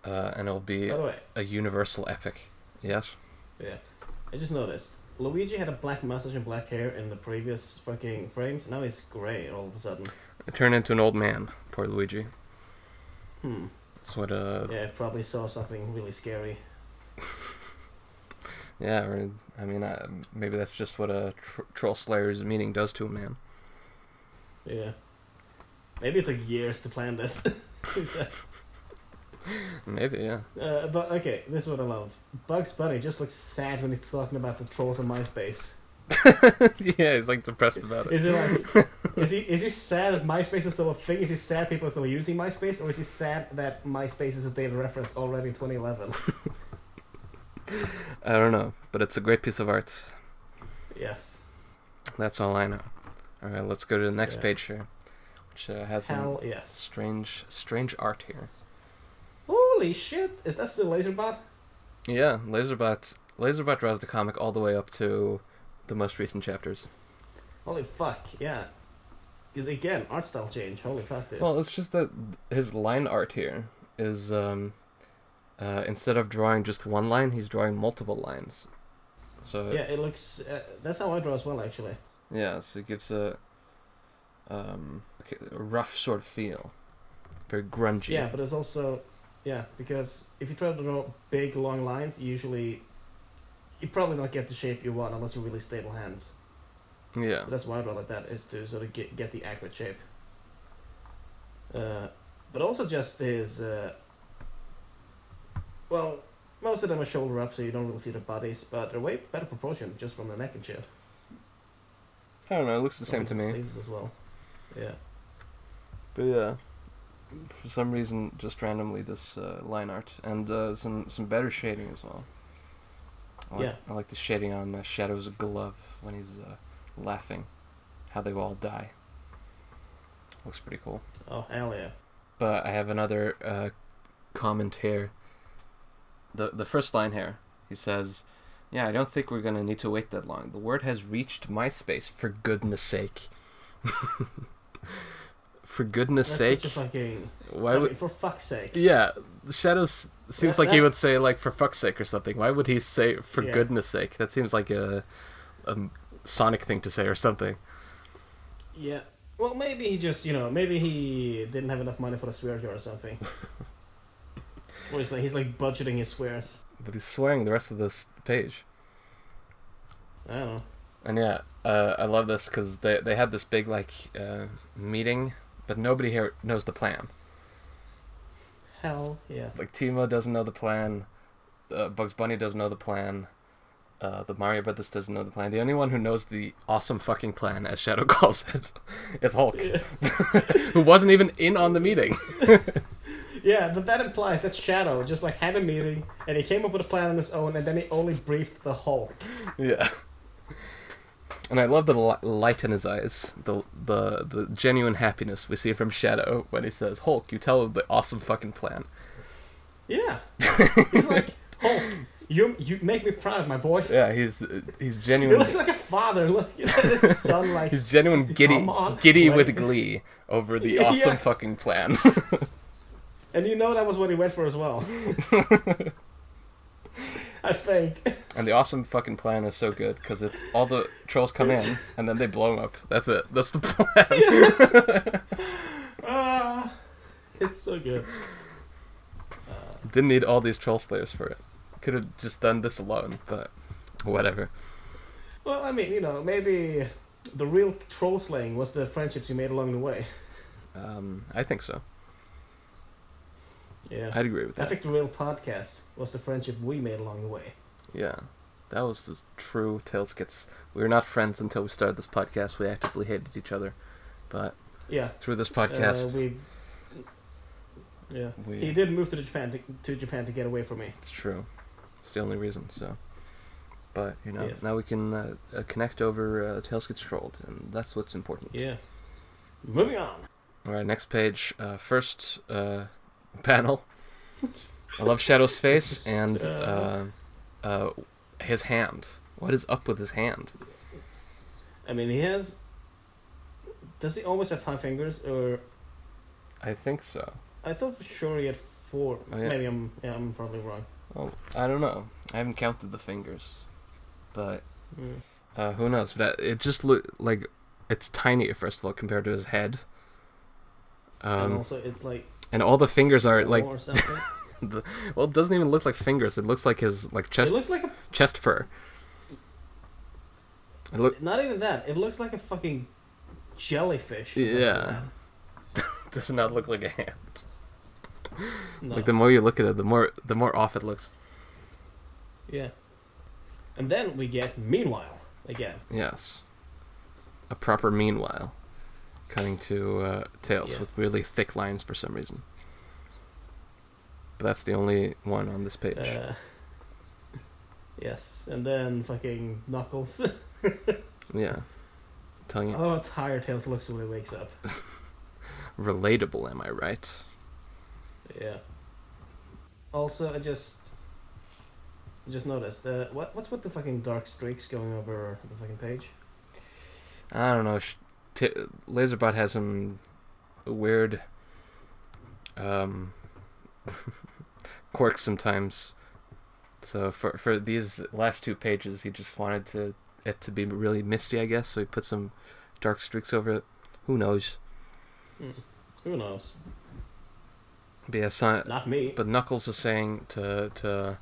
uh, and it'll be
By the way,
a universal epic. Yes.
I just noticed Luigi had a black mustache and black hair in the previous fucking frames. Now he's gray all of a sudden.
Turn into an old man, poor Luigi.
Hmm.
That's what. Uh, yeah.
Yeah, probably saw something really scary.
or, I mean, I, maybe that's just what a tr- troll slayer's meaning does to a man.
Yeah. Maybe it took years to plan this. <laughs>
Maybe, yeah.
Uh, but okay, this is what I love. Bugs Bunny just looks sad when he's talking about the trolls on MySpace.
<laughs> yeah, he's like depressed about it.
Is it like, is he is he sad that MySpace is still a thing? Is he sad people are still using MySpace, or is he sad that MySpace is a dated reference already in 2011?
I don't know, but it's a great piece of art.
yes.
That's all I know. All right, let's go to the next
Yeah.
page here, which uh, has some
Hell yes.
strange, strange art here.
Holy shit! Is that still Laserbot?
Yeah, Laserbot. Laserbot draws the comic all the way up to the most recent chapters.
Holy fuck! Yeah. Because again, art style change. Holy fuck, dude.
Well, it's just that his line art here is um, uh, instead of drawing just one line, he's drawing multiple lines. So
yeah, it looks. Uh, that's how I draw as well, actually.
Yeah, so it gives a um okay, a rough sort of feel, very grungy.
Yeah, but it's also yeah because if you try to draw big long lines, you usually you probably don't get the shape you want unless you really stable hands.
yeah,
So that's why I draw like that is to sort of get get the accurate shape. Uh, but also just his uh, well, most of them are shoulder up, so you don't really see the bodies, but they're way better proportion just from the neck and shit.
I don't know. It looks the same
Like
to
his
me.
Faces as well. Yeah.
But yeah, for some reason, just randomly this uh, line art and uh, some some better shading as well. I like,
Yeah.
I like the shading on uh, Shadow's glove when he's uh, laughing, how they all die. Looks pretty cool.
Oh hell yeah.
but I have another uh, comment here. The the first line here, he says, "Yeah, I don't think we're gonna need to wait that long. The word has reached MySpace. For goodness sake, <laughs> For goodness
That's
sake,
such a fucking.
why
I
would?
mean, for fuck's sake.
Yeah, Shadows seems
That-
like he would say
that's-
like for fuck's sake or something. Why would he say for
Yeah.
goodness sake? That seems like a, a Sonic thing to say or something.
Yeah. Well, maybe he just, you know, maybe he didn't have enough money for a swear jar
<laughs>
or something. Or he's like, he's like budgeting his swears.
But he's swearing the rest of this page.
I don't know.
And yeah, uh, I love this because they they had this big like uh, meeting, but nobody here knows the plan.
Hell yeah.
Like Timo doesn't know the plan, uh, Bugs Bunny doesn't know the plan, uh, the Mario Brothers doesn't know the plan. The only one who knows the awesome fucking plan, as Shadow <laughs> calls it, is Hulk, <laughs> who wasn't even in on the <laughs> meeting.
Yeah, but that implies that Shadow just like had a meeting and he came up with a plan on his own and then he only briefed the Hulk.
yeah. And I love the li- light in his eyes, the the the genuine happiness we see from Shadow when he says, "Hulk, you tell him the awesome fucking plan."
Yeah.
<laughs>
He's like, Hulk, you you make me proud, my boy.
Yeah, he's he's
He
genuine.
looks like a father. Look, he's like his son,
<laughs>
like
He's genuine giddy,
Come on,
giddy
play.
with glee over <laughs> the awesome
Yes.
fucking plan.
And you know that was what he went for as <laughs> well. I think.
and the awesome fucking plan is so good because it's all the trolls come
<laughs>
in and then they blow him up. That's it. That's the <laughs> plan.
<laughs> Ah, it's so good.
Didn't need all these troll slayers for it. Could have just done this alone, but whatever.
Well, I mean, you know, maybe the real troll slaying was the friendships you made along the way.
Um, I think so.
Yeah.
I'd agree with
I
that.
think the real podcast was the friendship we made along the way.
Yeah, that was the true Tails gets. We were not friends until we started this podcast. We actively hated each other, but
Yeah.
through this
uh,
podcast,
we. Yeah.
We-
He did move to the Japan to, to Japan to get away from me.
It's true. It's the only reason. So, but you know,
Yes.
now we can uh, uh, connect over uh, Tails gets trolled, and that's what's important.
Yeah. Moving on.
All right, next page. Uh, first uh, <laughs> panel. I love Shadow's face and uh, uh, his hand. What is up with his hand?
I mean, he has. Does he always have five fingers, or
I think so.
I thought for sure he had four.
Oh, yeah.
Maybe I'm yeah, I'm probably wrong.
Well, I don't know. I haven't counted the fingers, but
Mm.
uh, who knows? But I- it just look like it's tiny. First of all, compared to his head.
and
Um,
also, it's like
and all the fingers are
four
like
or something.
<laughs> Well, it doesn't even look like fingers. It looks like his like
it
chest
looks like a
chest fur. It look <laughs>
not even that. It looks like a fucking jellyfish. or something
Yeah.
like that.
does not look like a hand.
No.
Like the more you look at it, the more the more off it looks.
yeah. And then we get meanwhile again.
Yes. A proper meanwhile, cutting to uh, tails
Yeah.
with really thick lines for some reason. But that's the only one on this page.
Uh, <laughs> yes, and then fucking Knuckles.
<laughs> yeah, telling
I
you
love how tired Tails looks when he wakes up.
relatable. Am I right?
Yeah. Also, I just I just noticed uh, what what's with the fucking dark streaks going over the fucking page?
I don't know. sh- T- Laserbot has some weird um, <laughs> quirks sometimes. So for for these last two pages, he just wanted to it to be really misty, I guess. So he put some dark streaks over it. Who knows?
Who knows?
But yeah, Son-
Not me.
But Knuckles is saying to to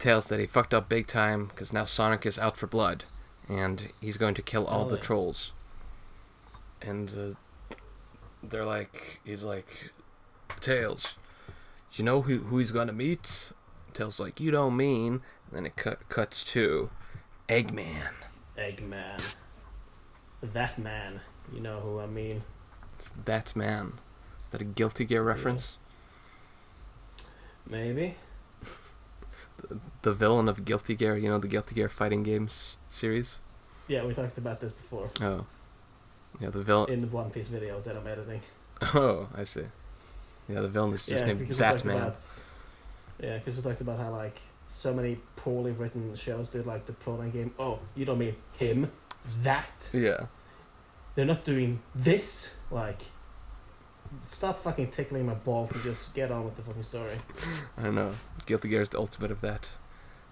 Tails that he fucked up big time because now Sonic is out for blood, and he's going to kill all
Oh,
the
yeah.
trolls. And uh, they're like, he's like, Tails, you know who who he's gonna meet? Tails like, you don't mean. And then it cut, cuts to Eggman.
Eggman. That man. You know who I mean.
It's that man. Is that a Guilty Gear reference?
Maybe.
The villain of Guilty Gear. You know the Guilty Gear fighting games series.
Yeah, we talked about this before
Oh, yeah, the villain.
in the One Piece video that I'm editing.
<laughs> Oh, I see. Yeah, the villain is just
yeah,
named
because we talked
Batman.
About, yeah, because we talked about how like so many poorly written shows do like the pronoun game. Oh, you don't mean him, that.
Yeah.
They're not doing this. Like, Stop fucking tickling my balls and just get on with the fucking story.
I know. Guilty Gear is the ultimate of that.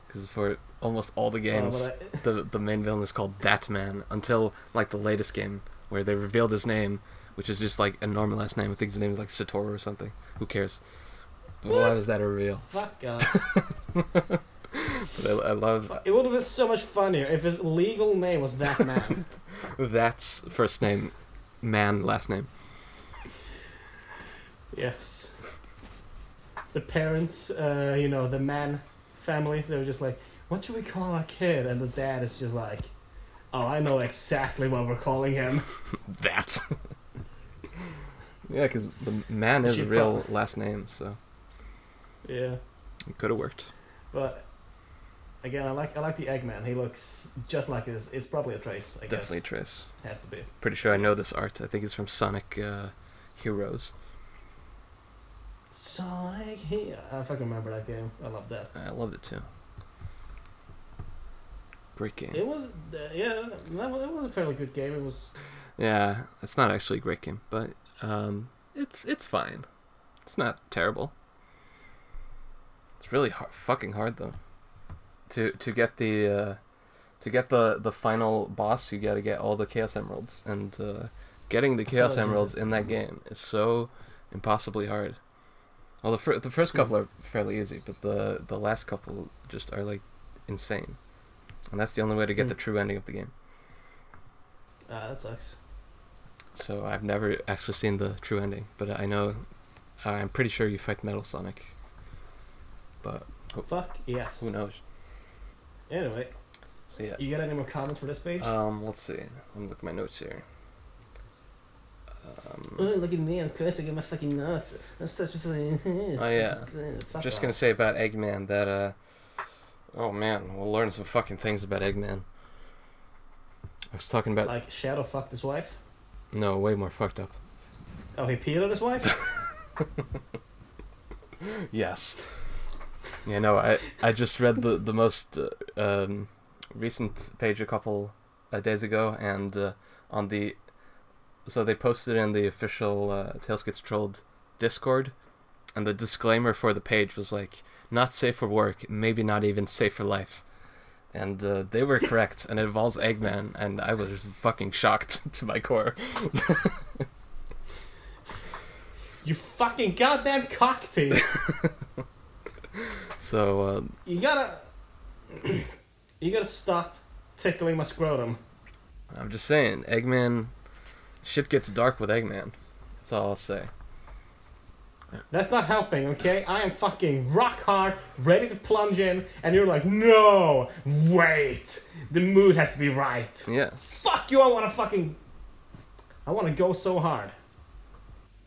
Because for almost all the
Uh,
games,
but I-
the the main villain is called That Man until like the latest game where they revealed his name, which is just like a normal last name. I think his name is like Satoru or something. Who cares? Why was that a reveal?
<laughs> Fuck off.
But I, I love
It would have been so much funnier if his legal name was that man.
that's first name, man last name.
yes. The parents, uh, you know, the man family, they were just like, what should we call our kid? And the dad is just like, oh, I know exactly what we're calling him. <laughs>
That. <laughs> yeah, because the man is a
She
real last name, so
yeah.
it could have worked.
But again, I like I like the Eggman. He looks just like this. It's probably a trace, I
Definitely Trace.
guess. Has to be.
Pretty sure I know this art. I think it's from Sonic uh, Heroes.
Sonic here. I fucking remember that game. I love that.
I loved it too. Great game.
It was, uh, yeah, that was, it was a fairly good game. It was
Yeah, it's not actually a great game, but um, it's it's fine. It's not terrible. It's really hard, fucking hard though. To to get the uh, to get the the final boss, you got to get all the chaos emeralds, and uh, getting the chaos
Oh,
emeralds in that game is so impossibly hard. Well, the fir- the first
Hmm.
couple are fairly easy, but the the last couple just are like insane, and that's the only way to get the
Hmm.
true ending of the game.
Ah, that sucks.
So I've never actually seen the true ending, but I know, I'm pretty sure you fight Metal Sonic. But
Fuck yes.
who knows?
Anyway,
So yeah.
you got any more comments for this page?
Um, let's see. Let me look at my notes here.
oh,
Um,
look at me, I'm Chris, I got my fucking nuts. I'm such a fucking. <laughs>
Oh, yeah. just gonna say about Eggman that uh, oh man, we'll learn some fucking things about Eggman. I was talking about
Like, Shadow fucked his wife?
no, way more fucked up.
Oh, he peed on
<laughs>
his wife?
Yes. Yeah, no, I I just read the the most uh, um, recent page a couple uh, days ago, and uh, on the so they posted in the official uh, Tales Gets Trolled Discord, and the disclaimer for the page was like, "Not safe for work, maybe not even safe for life." And uh, they were correct, and it involves Eggman, and I was fucking shocked <laughs> to my core.
you fucking goddamn cock teeth!
So uh,
you gotta. you gotta stop tickling my scrotum.
I'm just saying, Eggman, shit gets dark with Eggman. That's all I'll say.
That's not helping, okay? I am fucking rock hard, ready to plunge in, and you're like, no! Wait! The mood has to be right.
Yeah,
Fuck you, I wanna fucking. I wanna go so hard.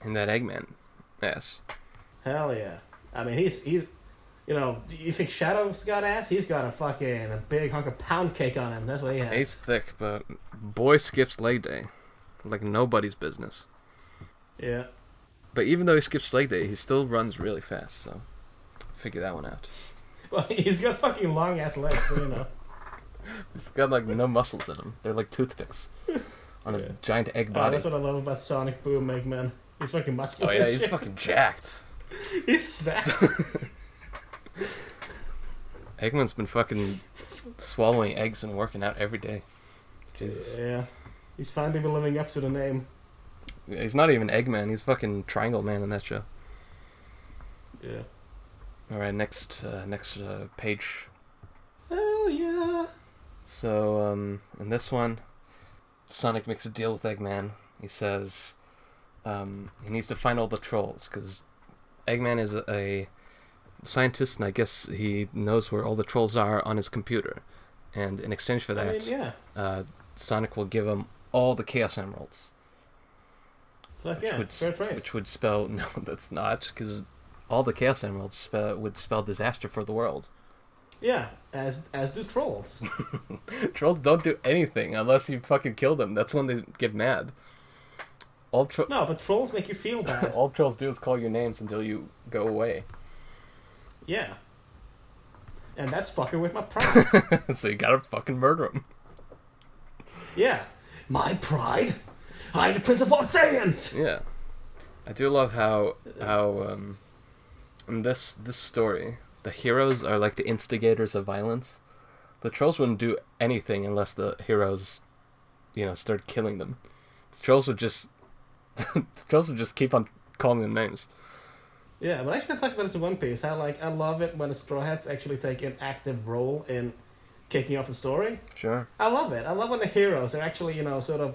and that Eggman, yes,
Hell yeah. I mean, he's he's, you know, you think Shadow's got ass? He's got a fucking a big hunk of pound cake on him. That's what he has.
he's thick, but boy skips leg day, like nobody's business.
Yeah.
But even though he skips leg day, he still runs really fast. So, figure that one out.
Well, <laughs> he's got fucking long ass legs, so, you know.
He's got like no muscles in him; they're like
<laughs>
toothpicks on his
Yeah.
giant egg <laughs>
Oh,
body.
that's what I love about Sonic Boom Eggman. He's fucking
oh
muscular.
yeah, he's fucking jacked.
<laughs> he's stacked.
Eggman's been fucking swallowing eggs and working out every day. Jesus,
Yeah. He's finally been living up to the name.
he's not even Eggman; he's fucking Triangle Man in that show.
Yeah.
All right, next uh, next uh, page.
Hell yeah.
So um, in this one, Sonic makes a deal with Eggman. He says um, he needs to find all the trolls because Eggman is a, a scientist, and I guess he knows where all the trolls are on his computer. And in exchange for that,
I mean, yeah.
uh, Sonic will give him all the Chaos Emeralds,
Fuck
which
yeah.
would s-
Fair trade.
which would spell <laughs> no, that's not because all the Chaos Emeralds spell, would spell disaster for the world.
Yeah. As as
<laughs>
do trolls.
Trolls don't do anything unless you fucking kill them. That's when they get mad. All, tro-
no, but trolls make you feel bad.
<laughs> all trolls do is call your names until you go away. <laughs>
Yeah. And that's fucking with my pride.
so you gotta fucking murder them.
Yeah. My pride? I'm the Prince of all Saiyans!
Yeah. I do love how how um, in this this story the heroes are like the instigators of violence. The trolls wouldn't do anything unless the heroes, you know, start killing them. The trolls would just <laughs> the trolls would just keep on calling them names.
Yeah, but actually, I talked about this in One Piece. How like I love it when the Straw Hats actually take an active role in kicking off the story.
Sure.
I love it. I love when the heroes are actually you know sort of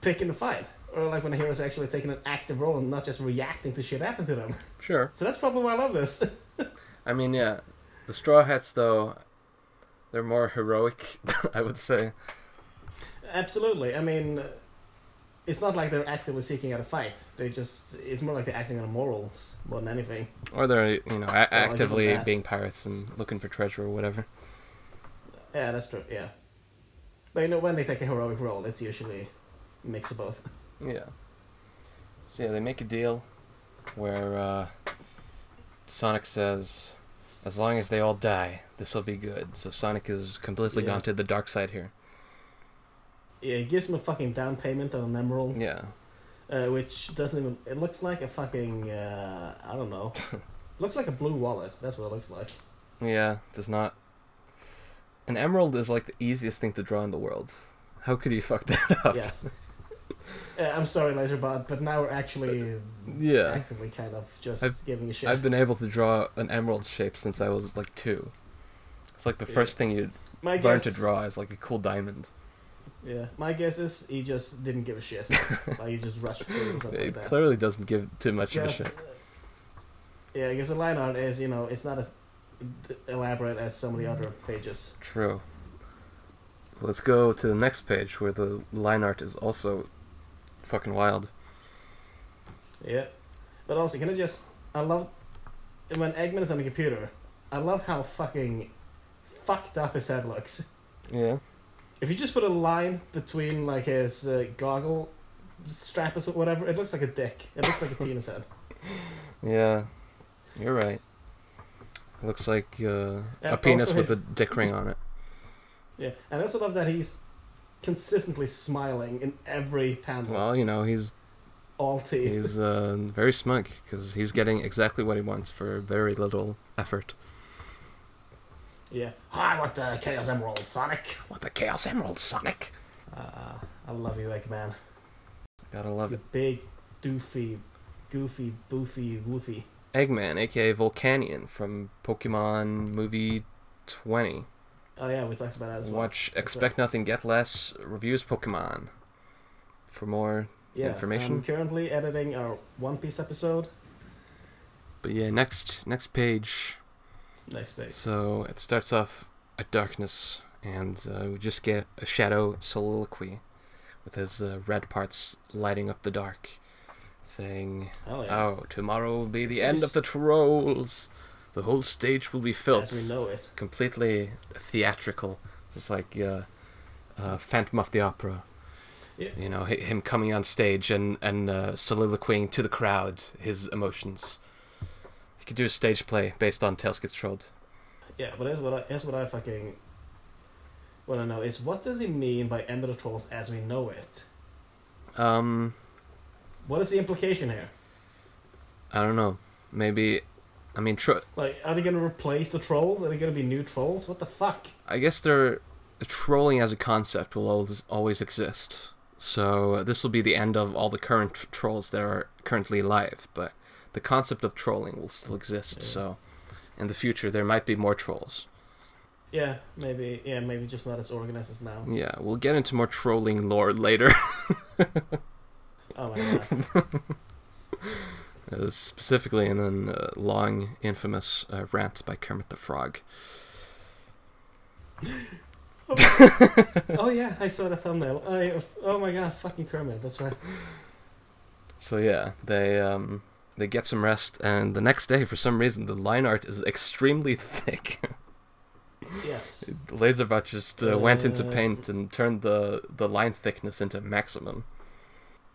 picking the fight, or like when the heroes are actually taking an active role and not just reacting to shit happen to them. <laughs>
Sure.
So that's probably why I love this. <laughs>
I mean, yeah, the Straw Hats though, they're more heroic, <laughs> I would say.
Absolutely. I mean, it's not like they're actively seeking out a fight. They just it's more like they're acting on morals more than anything.
Or they're you know a-
give them
actively
that.
being pirates and looking for treasure or whatever.
Yeah, that's true. Yeah, but you know when they take a heroic role, it's usually a mix of both.
Yeah. So yeah, they make a deal where uh, Sonic says, "As long as they all die, this will be good." So Sonic is completely
Yeah.
gone to the dark side here.
Yeah, it gives them a fucking down payment on an emerald.
Yeah.
uh, which doesn't even. It looks like a fucking. Uh, I
<laughs>
don't know. looks like a blue wallet. That's what it looks like.
Yeah. Does not. An emerald is like the easiest thing to draw in the world. How could you fuck that up?
Yes. uh, I'm sorry, Laserbot, but now we're actually
Yeah.
actively kind of just
I've-
giving a shit.
I've been able to draw an emerald shape since I was like two. It's like the
Yeah.
first thing you
my
learn to draw is like a cool diamond.
Yeah, my guess is he just didn't give a shit.
<laughs>
like he just rushed through or something
It
like that.
clearly doesn't give too much of a
Yes,
shit.
uh, Yeah, I guess the line art is you know it's not as d- elaborate as some of the other pages.
True. Let's go to the next page where the line art is also fucking wild.
Yeah. But also, can I just. I love. When Eggman is on the computer, I love how fucking fucked up his head looks.
Yeah.
If you just put a line between, like, his uh, goggle strap or so- whatever, it looks like a dick. It looks like a penis head.
Yeah. You're right. Looks like uh,
also
a penis with
his-
a dick ring on it.
Yeah. And I also love that he's consistently smiling in every panel.
Well, you know, he's
All teeth.
he's uh, very smug because he's getting exactly what he wants for very little effort.
Yeah. I want the Chaos Emerald, Sonic.
What the Chaos Emerald, Sonic?
Uh, I love you, Eggman.
Gotta love
You
it.
big, doofy, goofy, boofy, woofy.
Eggman, aka Volcanion from Pokemon movie 20.
Oh, yeah, we talked about that as well.
Watch Expect Nothing, Get Less, reviews Pokemon. For more information.
I'm currently editing our One Piece episode.
But yeah, next next page.
Next page.
So it starts off a darkness, and uh, we just get a shadow soliloquy, with his uh, red parts lighting up the dark, saying,
Hell yeah.
"Oh, tomorrow will be the end of the trolls. The whole stage will be filled,
As we know it.
completely theatrical, just like uh, uh, Phantom of the Opera."
Yeah.
You know, hi- him coming on stage and and uh, soliloquying to the crowd his emotions. You could do a stage play based on Tales Gets Trolled.
Yeah, but that's what I, that's what I fucking want to know is what does he mean by end of the trolls as we know it?
Um,
What is the implication here?
I don't know. Maybe, I mean, tro-
Like, are they gonna replace the trolls? Are they gonna be new trolls? What the fuck?
I guess they're trolling as a concept will always always exist. So uh, this will be the end of all the current tr- trolls that are currently alive, but the concept of trolling will still exist.
Yeah.
So, in the future, there might be more trolls.
Yeah, maybe. Yeah, maybe just not as organized as now.
Yeah, we'll get into more trolling lore later, <laughs>
Oh my god.
uh, specifically in a uh, long, infamous uh, rant by Kermit the Frog.
oh yeah, I saw the thumbnail. I, oh my god, fucking Kermit. That's right.
So yeah, they um they get some rest, and the next day, for some reason, the line art is extremely <laughs> thick.
Yes.
Laserbot just uh, went into
Uh,
paint and turned the the line thickness into maximum,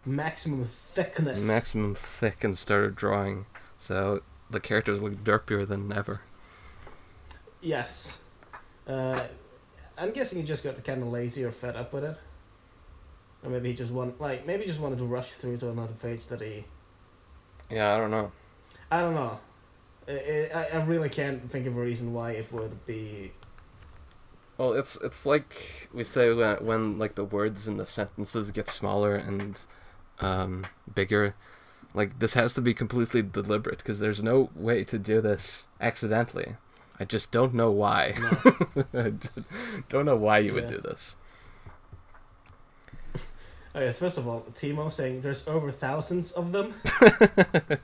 Maximum thickness.
maximum thick, and started drawing. So the characters look derpier than ever.
Yes. Uh, I'm guessing he just got kind of lazy or fed up with it. Or maybe he just want like maybe he just wanted to rush through to another page that he
Yeah, I don't know.
I don't know. I, I, I really can't think of a reason why it would be.
Well, it's it's like we say when, when like the words in the sentences get smaller and um, bigger. Like this has to be completely deliberate because there's no way to do this accidentally. I just don't know why. <laughs> I d- don't know why you would
Yeah.
do this.
Okay, first of all, Timo saying there's over thousands of them.
<laughs>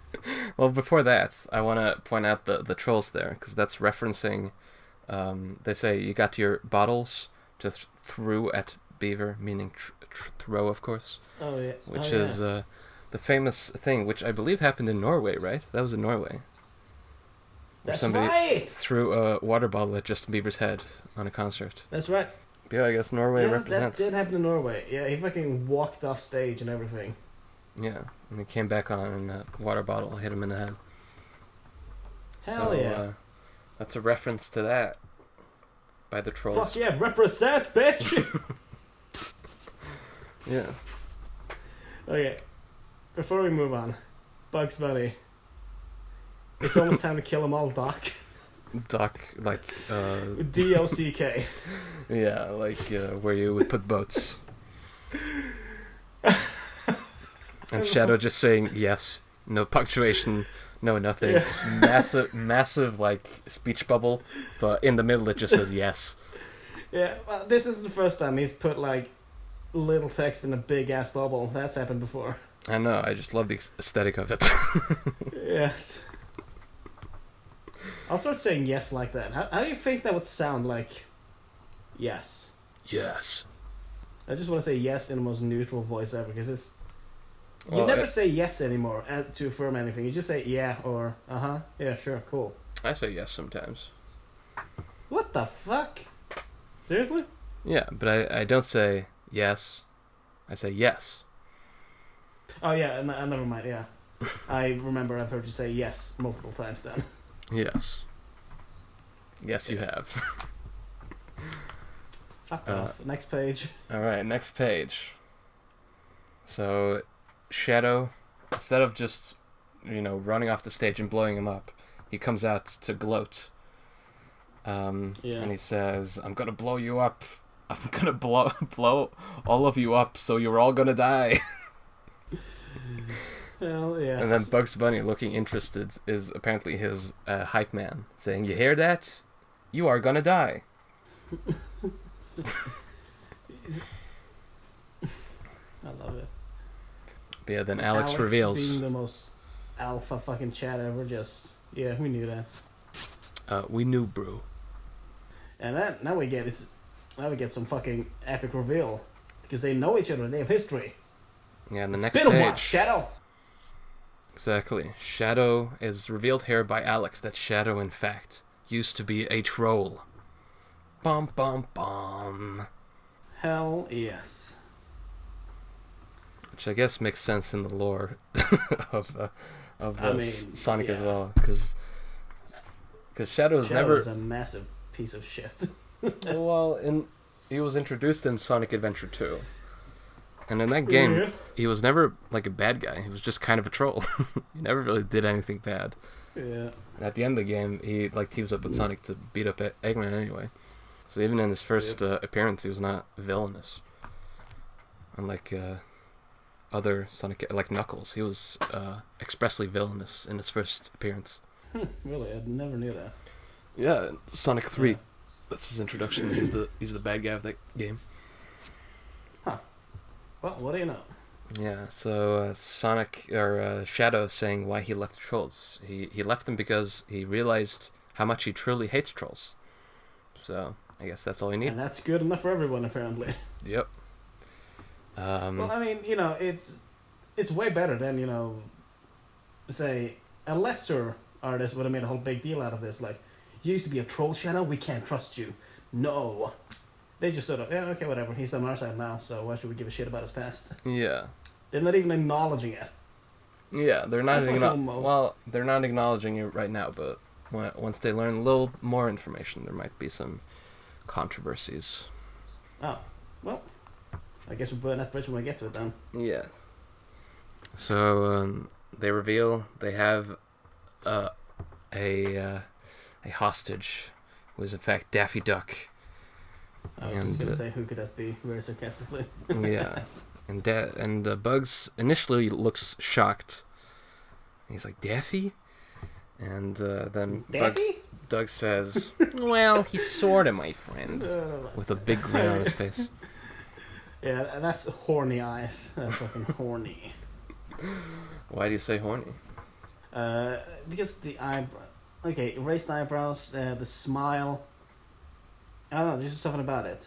Well, before that, I want to point out the the trolls there because that's referencing. Um, they say you got your bottles to th- threw at beaver, meaning tr- tr- throw, of course.
Oh yeah.
which
Oh, yeah.
is uh, the famous thing, which I believe happened in Norway, right? That was in Norway.
That's
somebody-
right.
Threw a water bottle at Justin Bieber's head on a concert.
That's right.
Yeah, I guess Norway
Yeah, that
represents.
did happen in Norway. Yeah, he fucking walked off stage and everything.
Yeah, and he came back on, and a water bottle hit him in the head. so,
Hell yeah.
Uh, that's a reference to that by the trolls.
Fuck yeah, represent, bitch. <laughs>
Yeah.
okay, before we move on, Bugs Bunny. It's almost time to kill them all, Doc.
Doc, like, uh,
D O C K.
yeah, like uh, where you would put boats.
<laughs>
and Shadow just saying yes, no punctuation, no nothing.
Yeah.
Massive, massive, like, speech bubble, but in the middle it just says yes.
Yeah, well, this is the first time he's put like little text in a big ass bubble. That's happened before. <laughs>
I know, I just love the aesthetic of it.
Yes. I'll start saying yes like that. How, how do you think that would sound like? Yes.
yes.
I just want to say yes in the most neutral voice ever because it's. You
Well,
never
I-
say yes anymore uh, to affirm anything. You just say yeah or uh huh, yeah, sure, cool.
I say yes sometimes.
What the fuck? Seriously?
Yeah, but I, I don't say yes. I say yes.
Oh yeah, n- uh, never
<laughs>
mind. Yeah, I remember. I've heard you say yes multiple times. Then <laughs>
Yes. Yes, you have. <laughs>
fuck
Uh,
off. Next page. <laughs>
All right, next page. So, Shadow, instead of just, you know, running off the stage and blowing him up, he comes out to gloat. Um,
Yeah.
And he says, "I'm gonna blow you up. I'm gonna blow <laughs> blow all of you up, so you're all gonna die."
Well, yeah.
And then Bugs Bunny, looking interested, is apparently his uh, hype man, saying, "You hear that? You are gonna die."
I love it.
But yeah, then Alex, reveals.
being the most alpha fucking chat ever. Just yeah, we knew that.
Uh, we knew, bro.
And then now we get is now we get some fucking epic reveal because they know each other. They have history.
Yeah, and the
It's
next
been a
page.
while, Shadow.
Exactly. Shadow is revealed here by Alex that Shadow, in fact, used to be a troll. Bum bum bum.
Hell yes.
Which I guess makes sense in the lore <laughs> of uh, of uh,
I
S-
mean,
Sonic as
yeah.
well, because Shadow's
Shadow
never
is a massive piece of shit.
well in he was introduced in Sonic Adventure 2. And in that game,
Yeah.
he was never like a bad guy. He was just kind of a troll. <laughs> he never really did anything bad.
Yeah.
And at the end of the game, he like teams up with Sonic to beat up E- Eggman anyway. So even in his first uh, appearance, he was not villainous. Unlike uh, other Sonic, like Knuckles, he was uh, expressly villainous in his first appearance.
Really, I never knew that.
Yeah, Sonic Three.
Yeah.
That's his introduction. He's the he's the bad guy of that game.
Well, what do you know?
Yeah. So uh, Sonic or uh, Shadow is saying why he left trolls. He he left them because he realized how much he truly hates trolls. So I guess that's all you need.
And that's good enough for everyone, apparently.
Yep. Um,
Well, I mean, you know, it's it's way better than you know, say a lesser artist would have made a whole big deal out of this. Like, you used to be a troll, Shadow. We can't trust you. No. They just sort of yeah, okay, whatever. He's on our side now, so why should we give a shit about his past?
yeah,
They're not even acknowledging it.
yeah. They're not
That's what's
acknow-
almost-
well. They're not acknowledging it right now, but when, once they learn a little more information, there might be some controversies.
Oh, well, I guess we'll burn that bridge when we get to it then.
Yeah. So um, they reveal they have uh, a uh, a hostage who is in fact Daffy Duck.
I was just
And,
gonna
uh,
say, who could that be? Very sarcastically.
yeah, and da- and uh, Bugs initially looks shocked. He's like Daffy, and uh, then Bugs
Daffy?
Doug says, "Well, he's sorta my friend,"
No, no, no.
with a big grin on his face.
Yeah, and that's horny eyes. That's fucking horny.
Why do you say horny?
Uh, because the eyebrow. Okay, raised eyebrows, uh, the smile. I don't know. There's just something about it.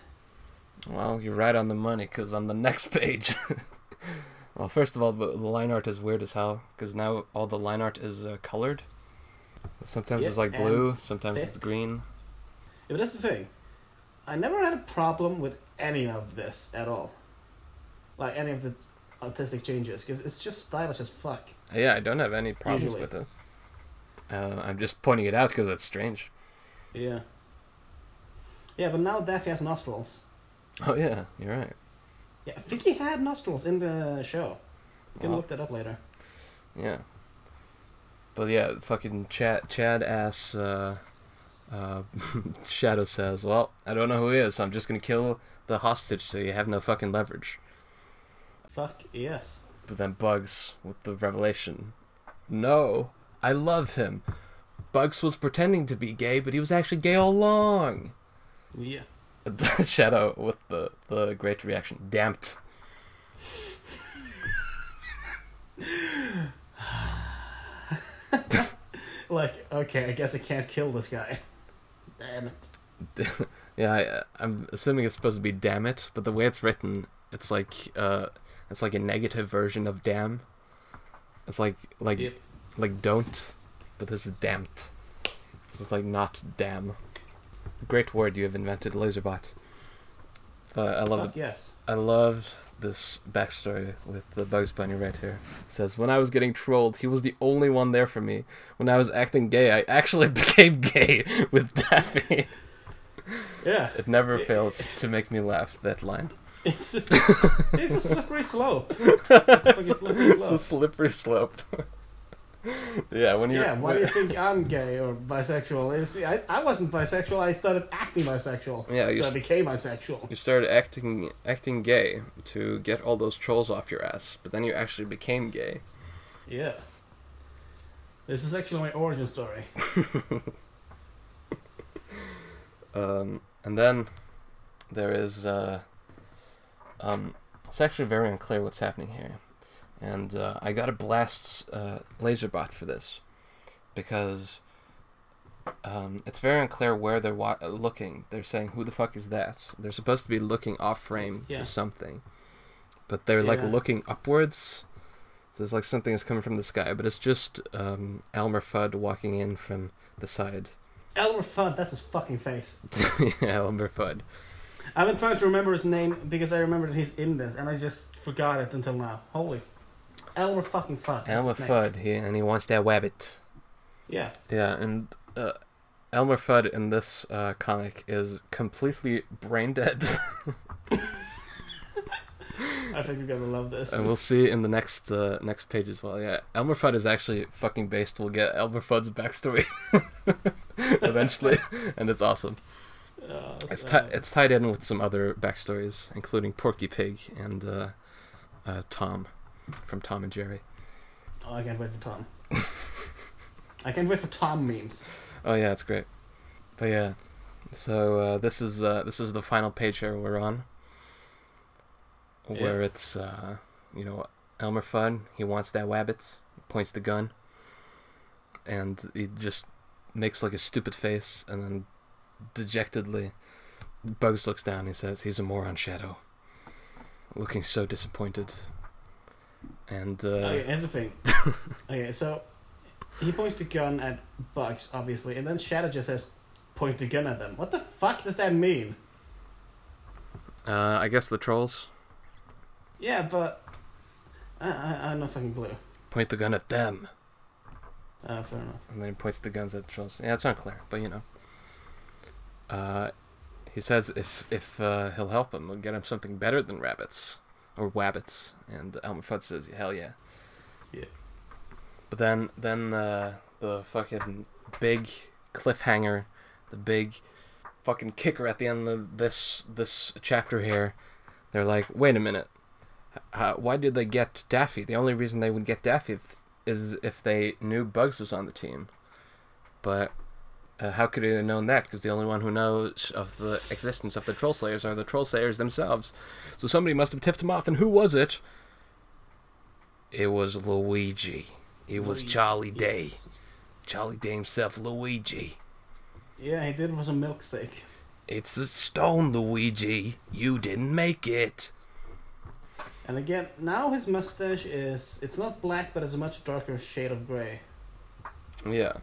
Well, you're right on the money, because on the <laughs> next page. well, first of all, the, the line art is weird as hell, because now all the line art is uh, colored. Sometimes
Yeah,
it's like
and
blue, sometimes it's
thick.
green.
Yeah, but that's the thing. I never had a problem with any of this at all. Like any of the artistic changes, because it's just stylish as fuck.
Yeah, I don't have any problems
Usually.
with it. Uh, I'm just pointing it out because it's strange.
Yeah. Yeah, but now Daffy has nostrils.
Oh yeah, you're right.
Yeah, I think he had nostrils in the show. You can
Wow.
look that up later.
Yeah. But yeah, fucking Chad Chad asks uh, uh, <laughs> Shadow says, Well, I don't know who he is, so I'm just gonna kill the hostage so you have no fucking leverage.
Fuck yes.
But then Bugs with the revelation. No, I love him. Bugs was pretending to be gay, but he was actually gay all along. <laughs>
Yeah.
Shadow with the, the great reaction. Damped.
Like, okay, I guess I can't kill this guy. Damn it.
Yeah, I, I'm assuming it's supposed to be damn it, but the way it's written, it's like uh, it's like a negative version of damn. It's like like
Yep.
like don't, but this is damned. This is like not damn. Great word you have invented, Laserbot. Uh, I love the
Fuck yes.
I love this backstory with the Bugs Bunny right here. It says, When I was getting trolled, he was the only one there for me. When I was acting gay, I actually <laughs> became gay with Daffy.
Yeah.
It never fails to make me laugh, that line.
It's, it's a slippery slope. It's a fucking
<laughs>
slippery
It's a
slope.
slippery slope. <laughs> yeah, when you're.
Yeah, why do you think I'm gay or bisexual? It's, I, I wasn't bisexual, I started acting bisexual.
Yeah, you
so I
s-
became bisexual.
you started acting acting gay to get all those trolls off your ass, but then you actually became gay.
Yeah. This is actually my origin story.
Um, and then there is. Uh, um, it's actually very unclear what's happening here. And uh, I got to blast uh, Laserbot for this because um, it's very unclear where they're wa- looking. They're saying, who the fuck is that? They're supposed to be looking off frame
Yeah.
to something. But they're like
Yeah.
looking upwards. So it's like something is coming from the sky, but it's just um, Elmer Fudd walking in from the side. <laughs>
Elmer Fudd, that's his fucking face.
yeah, Elmer Fudd.
I've been trying to remember his name because I remember that he's in this, and I just forgot it until now. Holy, f- Elmer fucking fuck. Oh, that's
Elmer
his name.
Fudd, he, and he wants that wabbit.
Yeah,
Yeah, and uh, Elmer Fudd in this uh, comic is completely brain dead,
I think you're gonna love
<laughs>
this.
and we'll see in the next uh, next page as well. Yeah, Elmer Fudd is actually fucking based. We'll get Elmer Fudd's backstory <laughs> eventually, <laughs> and it's awesome.
Uh,
It's, ti
so-
it's tied in with some other backstories, including Porky Pig and uh, uh, Tom from Tom and Jerry.
oh, I can't wait
<laughs>
for Tom. I can't wait for Tom memes.
Oh yeah, it's great. But yeah, so uh, this is uh, this is the final page here we're on, where it's uh, you know Elmer Fudd. He wants that wabbit. He points the gun, and he just makes like a stupid face, and then dejectedly, Bugs looks down. and He says, "He's a moron, Shadow." Looking so disappointed, and uh,
okay, here's
<laughs>
the thing. okay, so he points the gun at Bugs, obviously, and then Shadow just says, "Point the gun at them." What the fuck does that mean?
uh, I guess the trolls
Yeah, but I I, I have no fucking clue.
point the gun at them.
Uh, fair enough.
And then he points the guns at Charles. Yeah, it's unclear, but you know. Uh, he says if if uh, he'll help him, he'll get him something better than rabbits or wabbits. And Elmer Fudd says, "Hell yeah."
Yeah.
But then then uh, the fucking big cliffhanger, the big fucking kicker at the end of this this chapter here. They're like, wait a minute, uh, why did they get Daffy? The only reason they would get Daffy if, is if they knew Bugs was on the team. But uh, how could they have known that? Because the only one who knows of the existence of the Troll Slayers are the Troll Slayers themselves. So somebody must have tipped him off, and who was it? It was Luigi. It was Charlie Day.
Yes.
Charlie Day himself, Luigi.
Yeah, he did it for some milkshake.
It's a stone, Luigi. You didn't make it.
And again, now his mustache is it's not black, but it's a much darker shade of gray.
Yeah.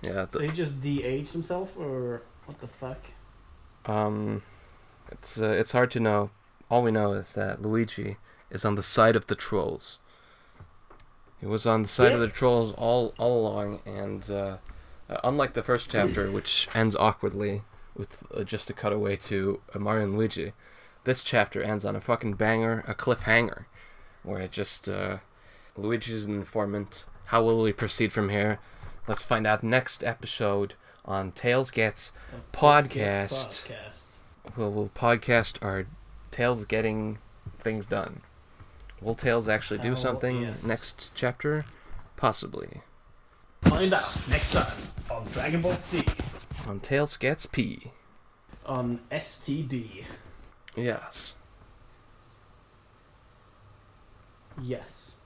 Yeah.
So he just de-aged himself, or what the fuck?
Um, it's uh, it's hard to know. All we know is that Luigi is on the side of the trolls. He was on the side of the trolls all all along, and uh, uh, unlike the first chapter, which ends awkwardly with uh, just a cutaway to uh, Mario and Luigi, this chapter ends on a fucking banger, a cliffhanger, where it just uh, Luigi's an informant. How will we proceed from here? Let's find out next episode on Tails Gets Podcast
Podcast.
we'll, we'll podcast our Tails getting things done. Will Tails actually do
Hell
something
yes.
next chapter? Possibly.
Find out next time on Dragon Ball Z
On Tails Gets P.
on STD.
Yes.
Yes.